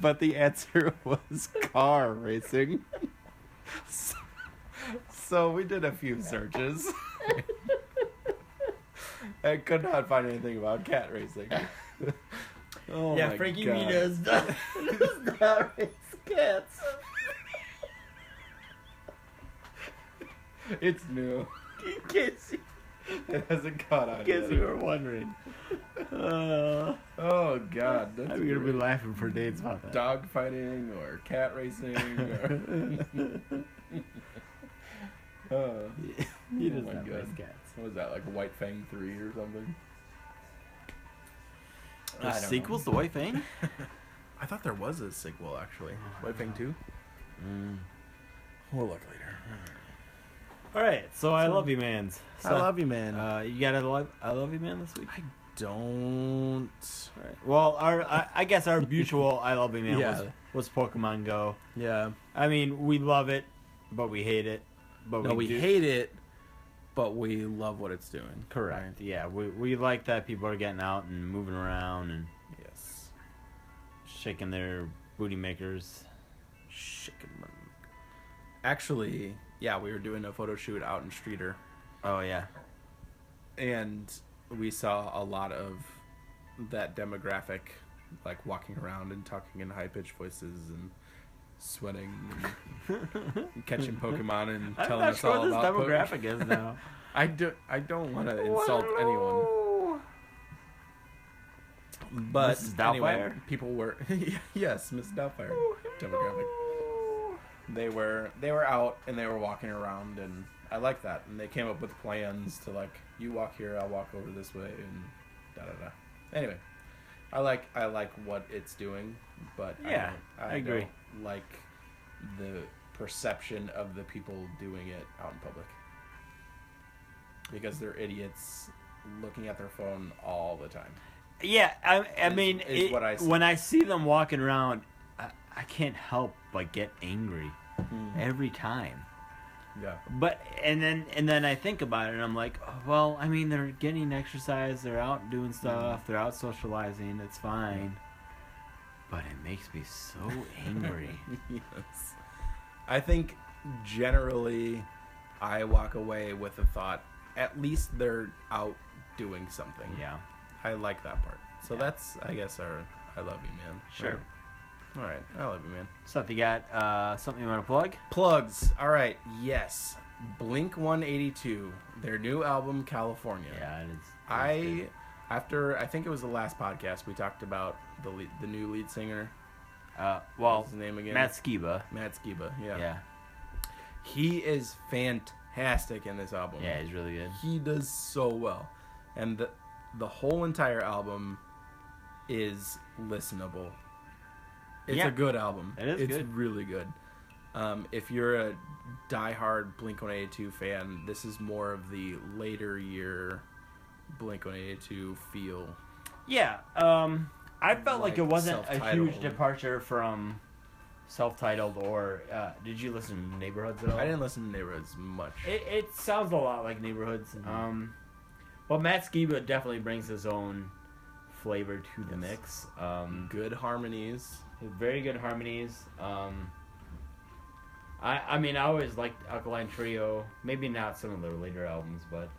Speaker 3: but the answer was car racing. So, so we did a few searches. I could not find anything about cat racing. oh
Speaker 5: yeah,
Speaker 3: my
Speaker 5: Frankie
Speaker 3: God.
Speaker 5: Muniz does, does not raise cats.
Speaker 3: It's new.
Speaker 5: In case,
Speaker 3: It hasn't caught on.
Speaker 5: in case
Speaker 3: yet.
Speaker 5: you were wondering. Uh,
Speaker 3: Oh God, that's
Speaker 2: I'm gonna be
Speaker 3: weird.
Speaker 2: laughing for days about that.
Speaker 3: dog fighting or cat racing. Or... Uh,
Speaker 2: He
Speaker 3: Oh
Speaker 2: does
Speaker 3: my
Speaker 2: not raise
Speaker 3: God.
Speaker 2: cats.
Speaker 3: what was that like White Fang three or something?
Speaker 5: I don't
Speaker 3: sequels
Speaker 5: know. the White Fang?
Speaker 3: I thought there was a sequel actually.
Speaker 2: White Fang
Speaker 3: two.
Speaker 2: Mm.
Speaker 3: We'll look later.
Speaker 5: All right, so I love you, man's. So,
Speaker 3: I love you, man.
Speaker 5: Uh, you got a love, I love you, man, this week.
Speaker 3: Don't.
Speaker 5: All right. Well, our I, I guess our mutual I love you, man
Speaker 3: Yeah.
Speaker 5: was, was Pokemon Go.
Speaker 3: Yeah.
Speaker 5: I mean, we love it, but we hate it. But
Speaker 3: No,
Speaker 5: we,
Speaker 3: we
Speaker 5: do-
Speaker 3: hate it, but we love what it's doing.
Speaker 5: Correct. Yeah, we we like that people are getting out and moving around and
Speaker 3: Yes.
Speaker 5: shaking their booty makers.
Speaker 3: Shaking my- Actually, yeah, we were doing a photo shoot out in Streeter,
Speaker 5: Oh yeah.
Speaker 3: and we saw a lot of that demographic, like walking around and talking in high pitched voices and sweating, and catching Pokemon and
Speaker 5: I'm
Speaker 3: telling
Speaker 5: not
Speaker 3: us
Speaker 5: sure
Speaker 3: all
Speaker 5: this
Speaker 3: about Poke-
Speaker 5: demographic is now.
Speaker 3: I do. I don't want to insult anyone. But
Speaker 5: Mrs.
Speaker 3: anyway,
Speaker 5: Doubtfire? Oh,
Speaker 3: people were yes, Miss Doubtfire demographic. They were they were out and they were walking around and I like that and they came up with plans to like you walk here, I'll walk over this way and da da da. Anyway, I like I like what it's doing, but
Speaker 5: Yeah,
Speaker 3: I, don't,
Speaker 5: I agree.
Speaker 3: don't like the perception of the people doing it out in public because they're idiots looking at their phone all the time.
Speaker 5: Yeah, I, I
Speaker 3: Is-
Speaker 5: mean,
Speaker 3: is
Speaker 5: it-
Speaker 3: what I see.
Speaker 5: when I see them walking around, I, I can't help but get angry every time.
Speaker 3: Yeah.
Speaker 5: But and then and then I think about it and I'm like, oh, well, I mean, they're getting exercise, they're out doing stuff, they're out socializing, it's fine. But it makes me so angry.
Speaker 3: yes. I think generally I walk away with the thought at least they're out doing something.
Speaker 5: yeah,
Speaker 3: I like that part. So
Speaker 5: Yeah.
Speaker 3: that's I guess our I love you man.
Speaker 5: sure.
Speaker 3: All right. I love you man.
Speaker 5: Seth, you got uh, something you want to plug?
Speaker 3: Plugs. All right. Yes. Blink 182, their new album California.
Speaker 5: Yeah, it is.
Speaker 3: I after I think it was the last podcast we talked about the lead, the new lead singer
Speaker 5: Uh, well,
Speaker 3: What's his name again?
Speaker 5: Matt Skiba.
Speaker 3: Matt Skiba. Yeah.
Speaker 5: Yeah. yeah,
Speaker 3: He is fantastic in this album.
Speaker 5: he's really good.
Speaker 3: He does so well, and the the whole entire album is listenable. It's
Speaker 5: Yeah.
Speaker 3: a good album.
Speaker 5: It is
Speaker 3: It's
Speaker 5: good.
Speaker 3: really good. Um, if you're a diehard Blink One Eighty Two fan, this is more of the later year Blink One Eighty Two feel.
Speaker 5: Yeah, um, I felt
Speaker 3: Like
Speaker 5: like, it wasn't a huge
Speaker 3: self-titled.
Speaker 5: departure from self-titled. Or uh, did you listen to Neighborhoods at all?
Speaker 3: I didn't listen to Neighborhoods much.
Speaker 5: It, it sounds a lot like Neighborhoods. Um, but Matt Skiba definitely brings his own flavor to the
Speaker 3: Yes.
Speaker 5: mix. Um,
Speaker 3: good harmonies.
Speaker 5: very good harmonies. Um, I I mean I always liked Alkaline Trio. Maybe not some of their later albums, but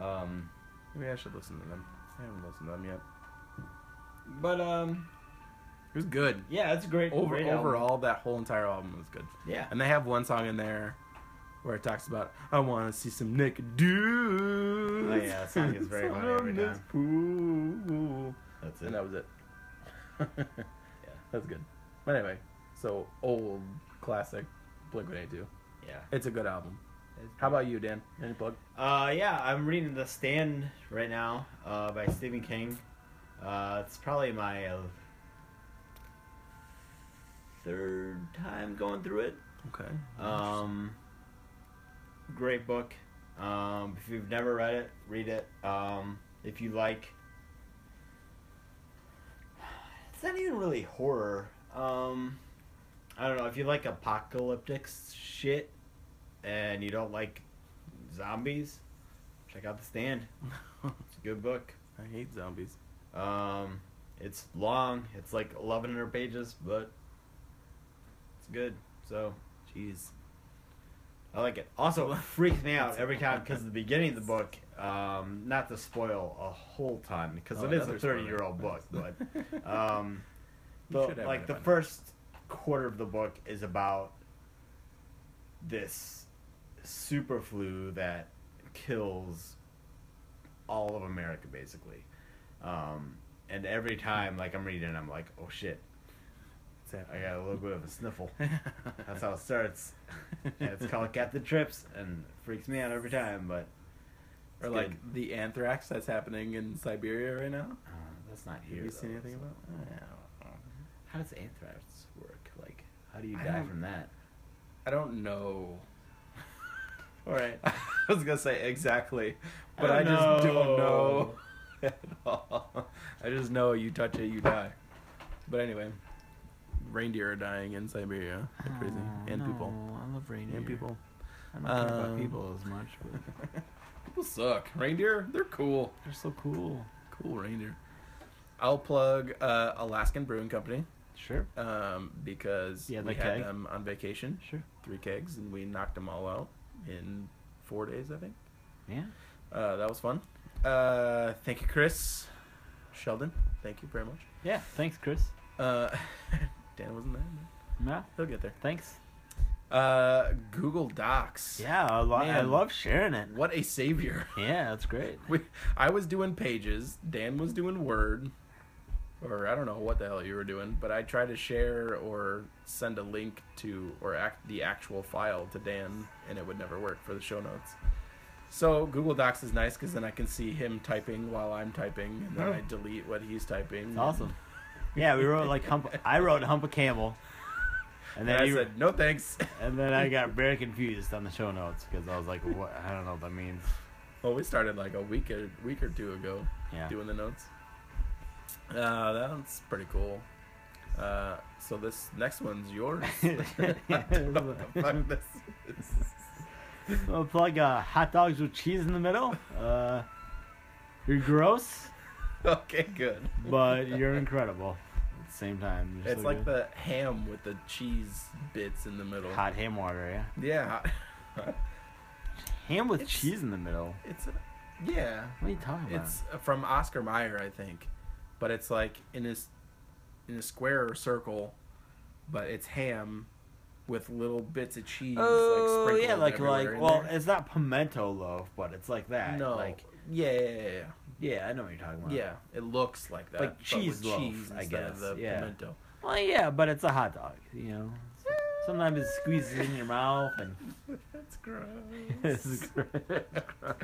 Speaker 5: um,
Speaker 3: Maybe I should listen to them. I haven't listened to them yet.
Speaker 5: but um,
Speaker 3: It was good.
Speaker 5: yeah, it's a great.
Speaker 3: Over,
Speaker 5: great album.
Speaker 3: overall, that whole entire album was good.
Speaker 5: yeah.
Speaker 3: And they have one song in there where it talks about, I want to see some naked dudes.
Speaker 2: Oh, yeah, that song is very funny every
Speaker 3: on this pool."
Speaker 2: That's
Speaker 3: And
Speaker 2: it.
Speaker 3: that was it. yeah, that's good. But anyway, so old, classic Blink 182.
Speaker 5: Yeah.
Speaker 3: It's a good album. How about you, Dan? Any plug?
Speaker 5: Uh, yeah, I'm reading The Stand right now uh, by Stephen King.
Speaker 2: Uh, it's probably my uh, third time going through it.
Speaker 3: Okay.
Speaker 2: Um,
Speaker 5: Great book. Um, if you've never read it, read it. Um, if you like, it's not even really horror. Um,
Speaker 2: I don't know if you like apocalyptic shit and you don't like zombies. Check out The Stand. It's a good book.
Speaker 3: I hate zombies.
Speaker 2: Um, it's long. It's like 1,100 pages, but it's good. So
Speaker 3: Jeez.
Speaker 2: I like it. Also, it freaks me out every time because the beginning of the book, um, not to spoil a whole ton, because
Speaker 3: Oh,
Speaker 2: it is a
Speaker 3: another spoiler.
Speaker 2: 30 year old book, but um,
Speaker 3: You
Speaker 2: the,
Speaker 3: should have
Speaker 2: like
Speaker 3: read
Speaker 2: the
Speaker 3: by now.
Speaker 2: first quarter of the book is about this super flu that kills all of America basically. Um, and every time, like I'm reading, I'm like, oh shit,
Speaker 3: It's happening.
Speaker 2: I got a little bit of a sniffle. That's how it starts. And it's called Cat the Trips, and it freaks me out every time. But
Speaker 3: Or
Speaker 2: It's
Speaker 3: like
Speaker 2: good.
Speaker 3: the anthrax that's happening in Siberia right now.
Speaker 2: uh, that's not
Speaker 3: Have
Speaker 2: here.
Speaker 3: you seen
Speaker 2: though,
Speaker 3: anything
Speaker 2: so-
Speaker 3: about? that?
Speaker 2: How does anthrax work? Like, how do you
Speaker 3: I
Speaker 2: die
Speaker 3: don't-
Speaker 2: from that?
Speaker 3: I don't know.
Speaker 2: All right.
Speaker 3: I was gonna say exactly, but I,
Speaker 2: I don't
Speaker 3: just don't know
Speaker 2: know.
Speaker 3: at all. I just know you touch it, you die. But anyway, reindeer are dying in Siberia. They're crazy, and people,
Speaker 5: I love reindeer.
Speaker 3: and people.
Speaker 5: I don't care about
Speaker 3: Um,
Speaker 5: people as much, but
Speaker 3: People suck. Reindeer, they're cool.
Speaker 5: they're so cool.
Speaker 3: Cool reindeer. I'll plug uh, Alaskan Brewing Company
Speaker 5: Sure.
Speaker 3: um, because
Speaker 5: Yeah,
Speaker 3: we
Speaker 5: the
Speaker 3: had
Speaker 5: keg.
Speaker 3: them on vacation.
Speaker 5: Sure.
Speaker 3: three kegs and we knocked them all out in four days, I think.
Speaker 5: Yeah.
Speaker 3: Uh, that was fun. Uh, thank you, Chris. Sheldon, thank you very much.
Speaker 5: Yeah. Thanks, Chris.
Speaker 3: Uh, Dan wasn't there. but
Speaker 5: Yeah.
Speaker 3: He'll get there.
Speaker 5: Thanks.
Speaker 3: Uh, Google Docs.
Speaker 5: Yeah. I, lo- I
Speaker 3: Man.
Speaker 5: love sharing it.
Speaker 3: What a savior.
Speaker 5: Yeah, that's great.
Speaker 3: We, I was doing pages. Dan was doing Word. Or I don't know what the hell you were doing, but I tried to share or send a link to or act the actual file to Dan, and it would never work for the show notes. So Google Docs is nice because then I can see him typing while I'm typing, and then I delete what he's typing.
Speaker 5: It's Oh. awesome. Yeah, we wrote like hump. I wrote hump a camel, and
Speaker 3: And
Speaker 5: then
Speaker 3: I
Speaker 5: you,
Speaker 3: said, "No thanks."
Speaker 5: and then I got very confused on the show notes because I was like, what? I don't know what that means.
Speaker 3: well, we started like a week a week or two ago.
Speaker 5: Yeah.
Speaker 3: doing the notes. Uh, that's pretty cool. Uh, so this next one's yours. I don't know what the fuck this is.
Speaker 5: Well, it's like uh, hot dogs with cheese in the middle. Uh, you're gross,
Speaker 3: Okay, good.
Speaker 5: but you're incredible at the same time. You're
Speaker 3: it's
Speaker 5: so
Speaker 3: like
Speaker 5: good.
Speaker 3: the ham with the cheese bits in the middle.
Speaker 5: hot ham water,
Speaker 3: Yeah,
Speaker 5: yeah. Ham with
Speaker 3: It's-
Speaker 5: cheese in the middle.
Speaker 3: it's a, yeah.
Speaker 5: What are you talking about?
Speaker 3: It's uh, from Oscar Mayer, I think, but it's like in a s- in a square or circle, but it's ham with little bits of cheese.
Speaker 5: Oh
Speaker 3: like,
Speaker 5: yeah,
Speaker 3: sprinkled
Speaker 5: like
Speaker 3: everywhere
Speaker 5: like
Speaker 3: in
Speaker 5: well,
Speaker 3: there.
Speaker 5: it's not pimento loaf, but it's like that.
Speaker 3: no,
Speaker 5: like
Speaker 3: yeah, yeah, yeah, yeah.
Speaker 5: yeah, I know what you're talking about.
Speaker 3: Yeah, it looks like that.
Speaker 5: Like
Speaker 3: but
Speaker 5: cheese
Speaker 3: with
Speaker 5: loaf,
Speaker 3: cheese
Speaker 5: I
Speaker 3: instead
Speaker 5: guess,
Speaker 3: Of the
Speaker 5: yeah.
Speaker 3: pimento.
Speaker 5: Well, yeah, but it's a hot dog, you know. Sometimes it squeezes in your mouth and
Speaker 3: That's gross.
Speaker 5: it's gross.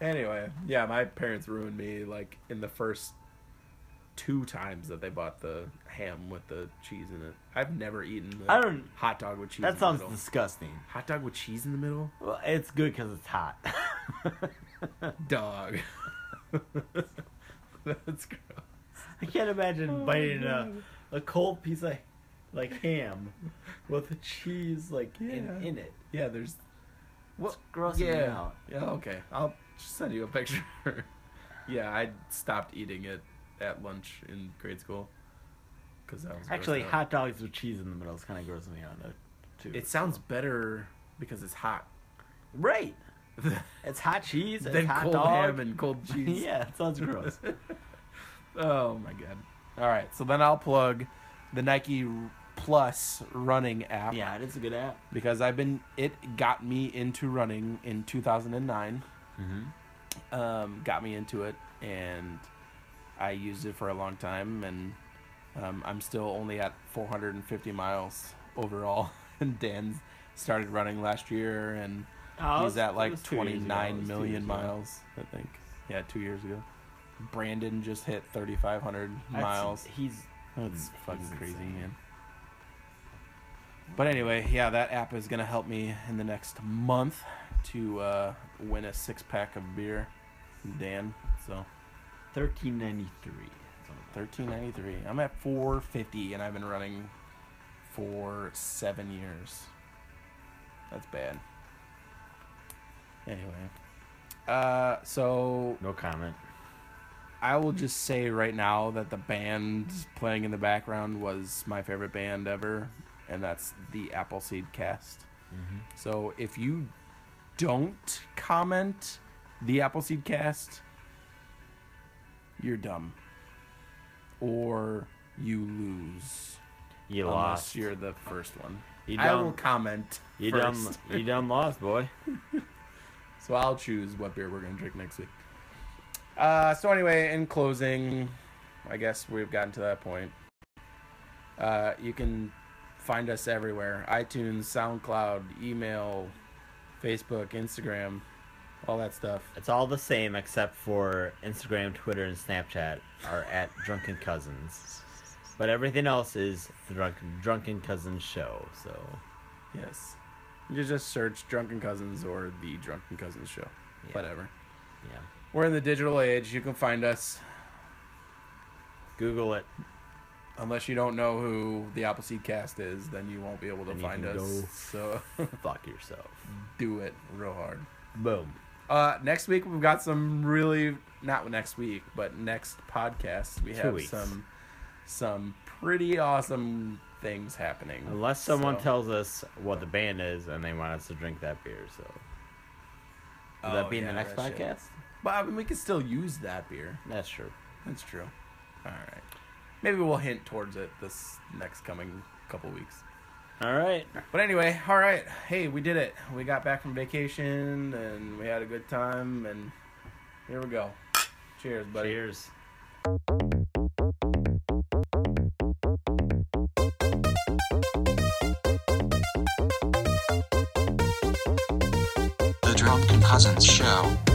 Speaker 3: Anyway, yeah, my parents ruined me like in the first two times that they bought the ham with the cheese in it. I've never eaten the
Speaker 5: I don't-
Speaker 3: hot dog with cheese. in
Speaker 5: that sounds
Speaker 3: The middle.
Speaker 5: disgusting.
Speaker 3: Hot dog with cheese in the middle?
Speaker 5: Well, it's good because it's hot.
Speaker 3: Dog. That's gross.
Speaker 5: I can't imagine
Speaker 3: Oh,
Speaker 5: biting a, a cold piece of like ham with the cheese like
Speaker 3: Yeah.
Speaker 5: in, in it.
Speaker 3: Yeah, there's
Speaker 5: What's gross
Speaker 3: yeah. yeah. Okay, I'll just send you a picture. yeah, I stopped eating it at lunch in grade school because I was grossed
Speaker 5: Actually,
Speaker 3: out.
Speaker 5: hot dogs with cheese in the middle is kind of grossing me out though, too.
Speaker 3: It sounds better because it's hot.
Speaker 5: right. It's hot cheese. It's
Speaker 3: than
Speaker 5: hot
Speaker 3: cold
Speaker 5: dog.
Speaker 3: ham and cold cheese.
Speaker 5: yeah, it sounds gross.
Speaker 3: Oh my god. All right, so then I'll plug the Nike Plus running app.
Speaker 5: yeah, it's a good app.
Speaker 3: Because I've been, it got me into running in 2009.
Speaker 5: Mm-hmm.
Speaker 3: Um, got me into it, and I used it for a long time, and um, I'm still only at 450 miles overall. and Dan started running last year, and he's at like 29 million miles, I think. Yeah, two years ago. Brandon just hit 3,500 miles.
Speaker 5: He's
Speaker 3: That's
Speaker 5: he's
Speaker 3: fucking crazy,
Speaker 5: insane.
Speaker 3: man. But anyway, yeah, that app is gonna help me in the next month to uh, win a six pack of beer, from Dan. So
Speaker 5: 1393.
Speaker 3: thirteen ninety three. I'm at four fifty, and I've been running for seven years. That's bad. Anyway, uh, so
Speaker 5: No comment.
Speaker 3: I will just say right now that the band playing in the background was my favorite band ever, and that's the Appleseed Cast.
Speaker 5: Mm-hmm.
Speaker 3: So if you don't comment the Appleseed Cast, you're dumb. Or you lose.
Speaker 5: You
Speaker 3: unless
Speaker 5: lost.
Speaker 3: you're the first one.
Speaker 5: You
Speaker 3: I will
Speaker 5: dumb.
Speaker 3: comment
Speaker 5: You
Speaker 3: first.
Speaker 5: dumb. You dumb lost, boy.
Speaker 3: So I'll choose what beer we're gonna drink next week. Uh, so anyway, in closing, I guess we've gotten to that point. Uh, you can find us everywhere: iTunes, SoundCloud, email, Facebook, Instagram, all that stuff.
Speaker 5: It's all the same except for Instagram, Twitter, and Snapchat are at Drunken Cousins. But everything else is the Drunken, Drunken Cousins show. So
Speaker 3: Yes, you can just search "Drunken Cousins" or "The Drunken Cousins Show,"
Speaker 5: Yeah.
Speaker 3: whatever.
Speaker 5: yeah,
Speaker 3: We're in the digital age. You can find us
Speaker 5: Google it.
Speaker 3: unless you don't know who the Appleseed Cast is, then you won't be able to
Speaker 5: Then you
Speaker 3: find
Speaker 5: can
Speaker 3: us.
Speaker 5: go
Speaker 3: So
Speaker 5: Fuck yourself.
Speaker 3: do it real hard.
Speaker 5: Boom.
Speaker 3: Uh, next week we've got some really not next week, but next podcast we
Speaker 5: Two
Speaker 3: have
Speaker 5: weeks.
Speaker 3: some some pretty awesome things happening.
Speaker 5: Unless someone
Speaker 3: So-
Speaker 5: tells us what the band is and they want us to drink that beer, so will
Speaker 3: Oh,
Speaker 5: that be in
Speaker 3: yeah,
Speaker 5: the next
Speaker 3: that shit.
Speaker 5: podcast?
Speaker 3: But I mean, we can still use that beer.
Speaker 5: That's true.
Speaker 3: That's true. All right, maybe we'll hint towards it this next coming couple weeks.
Speaker 5: All right.
Speaker 3: But anyway, all right. Hey, we did it. We got back from vacation and we had a good time. And here we go. Cheers, buddy.
Speaker 5: Cheers.
Speaker 1: The Drunken Cousins Show.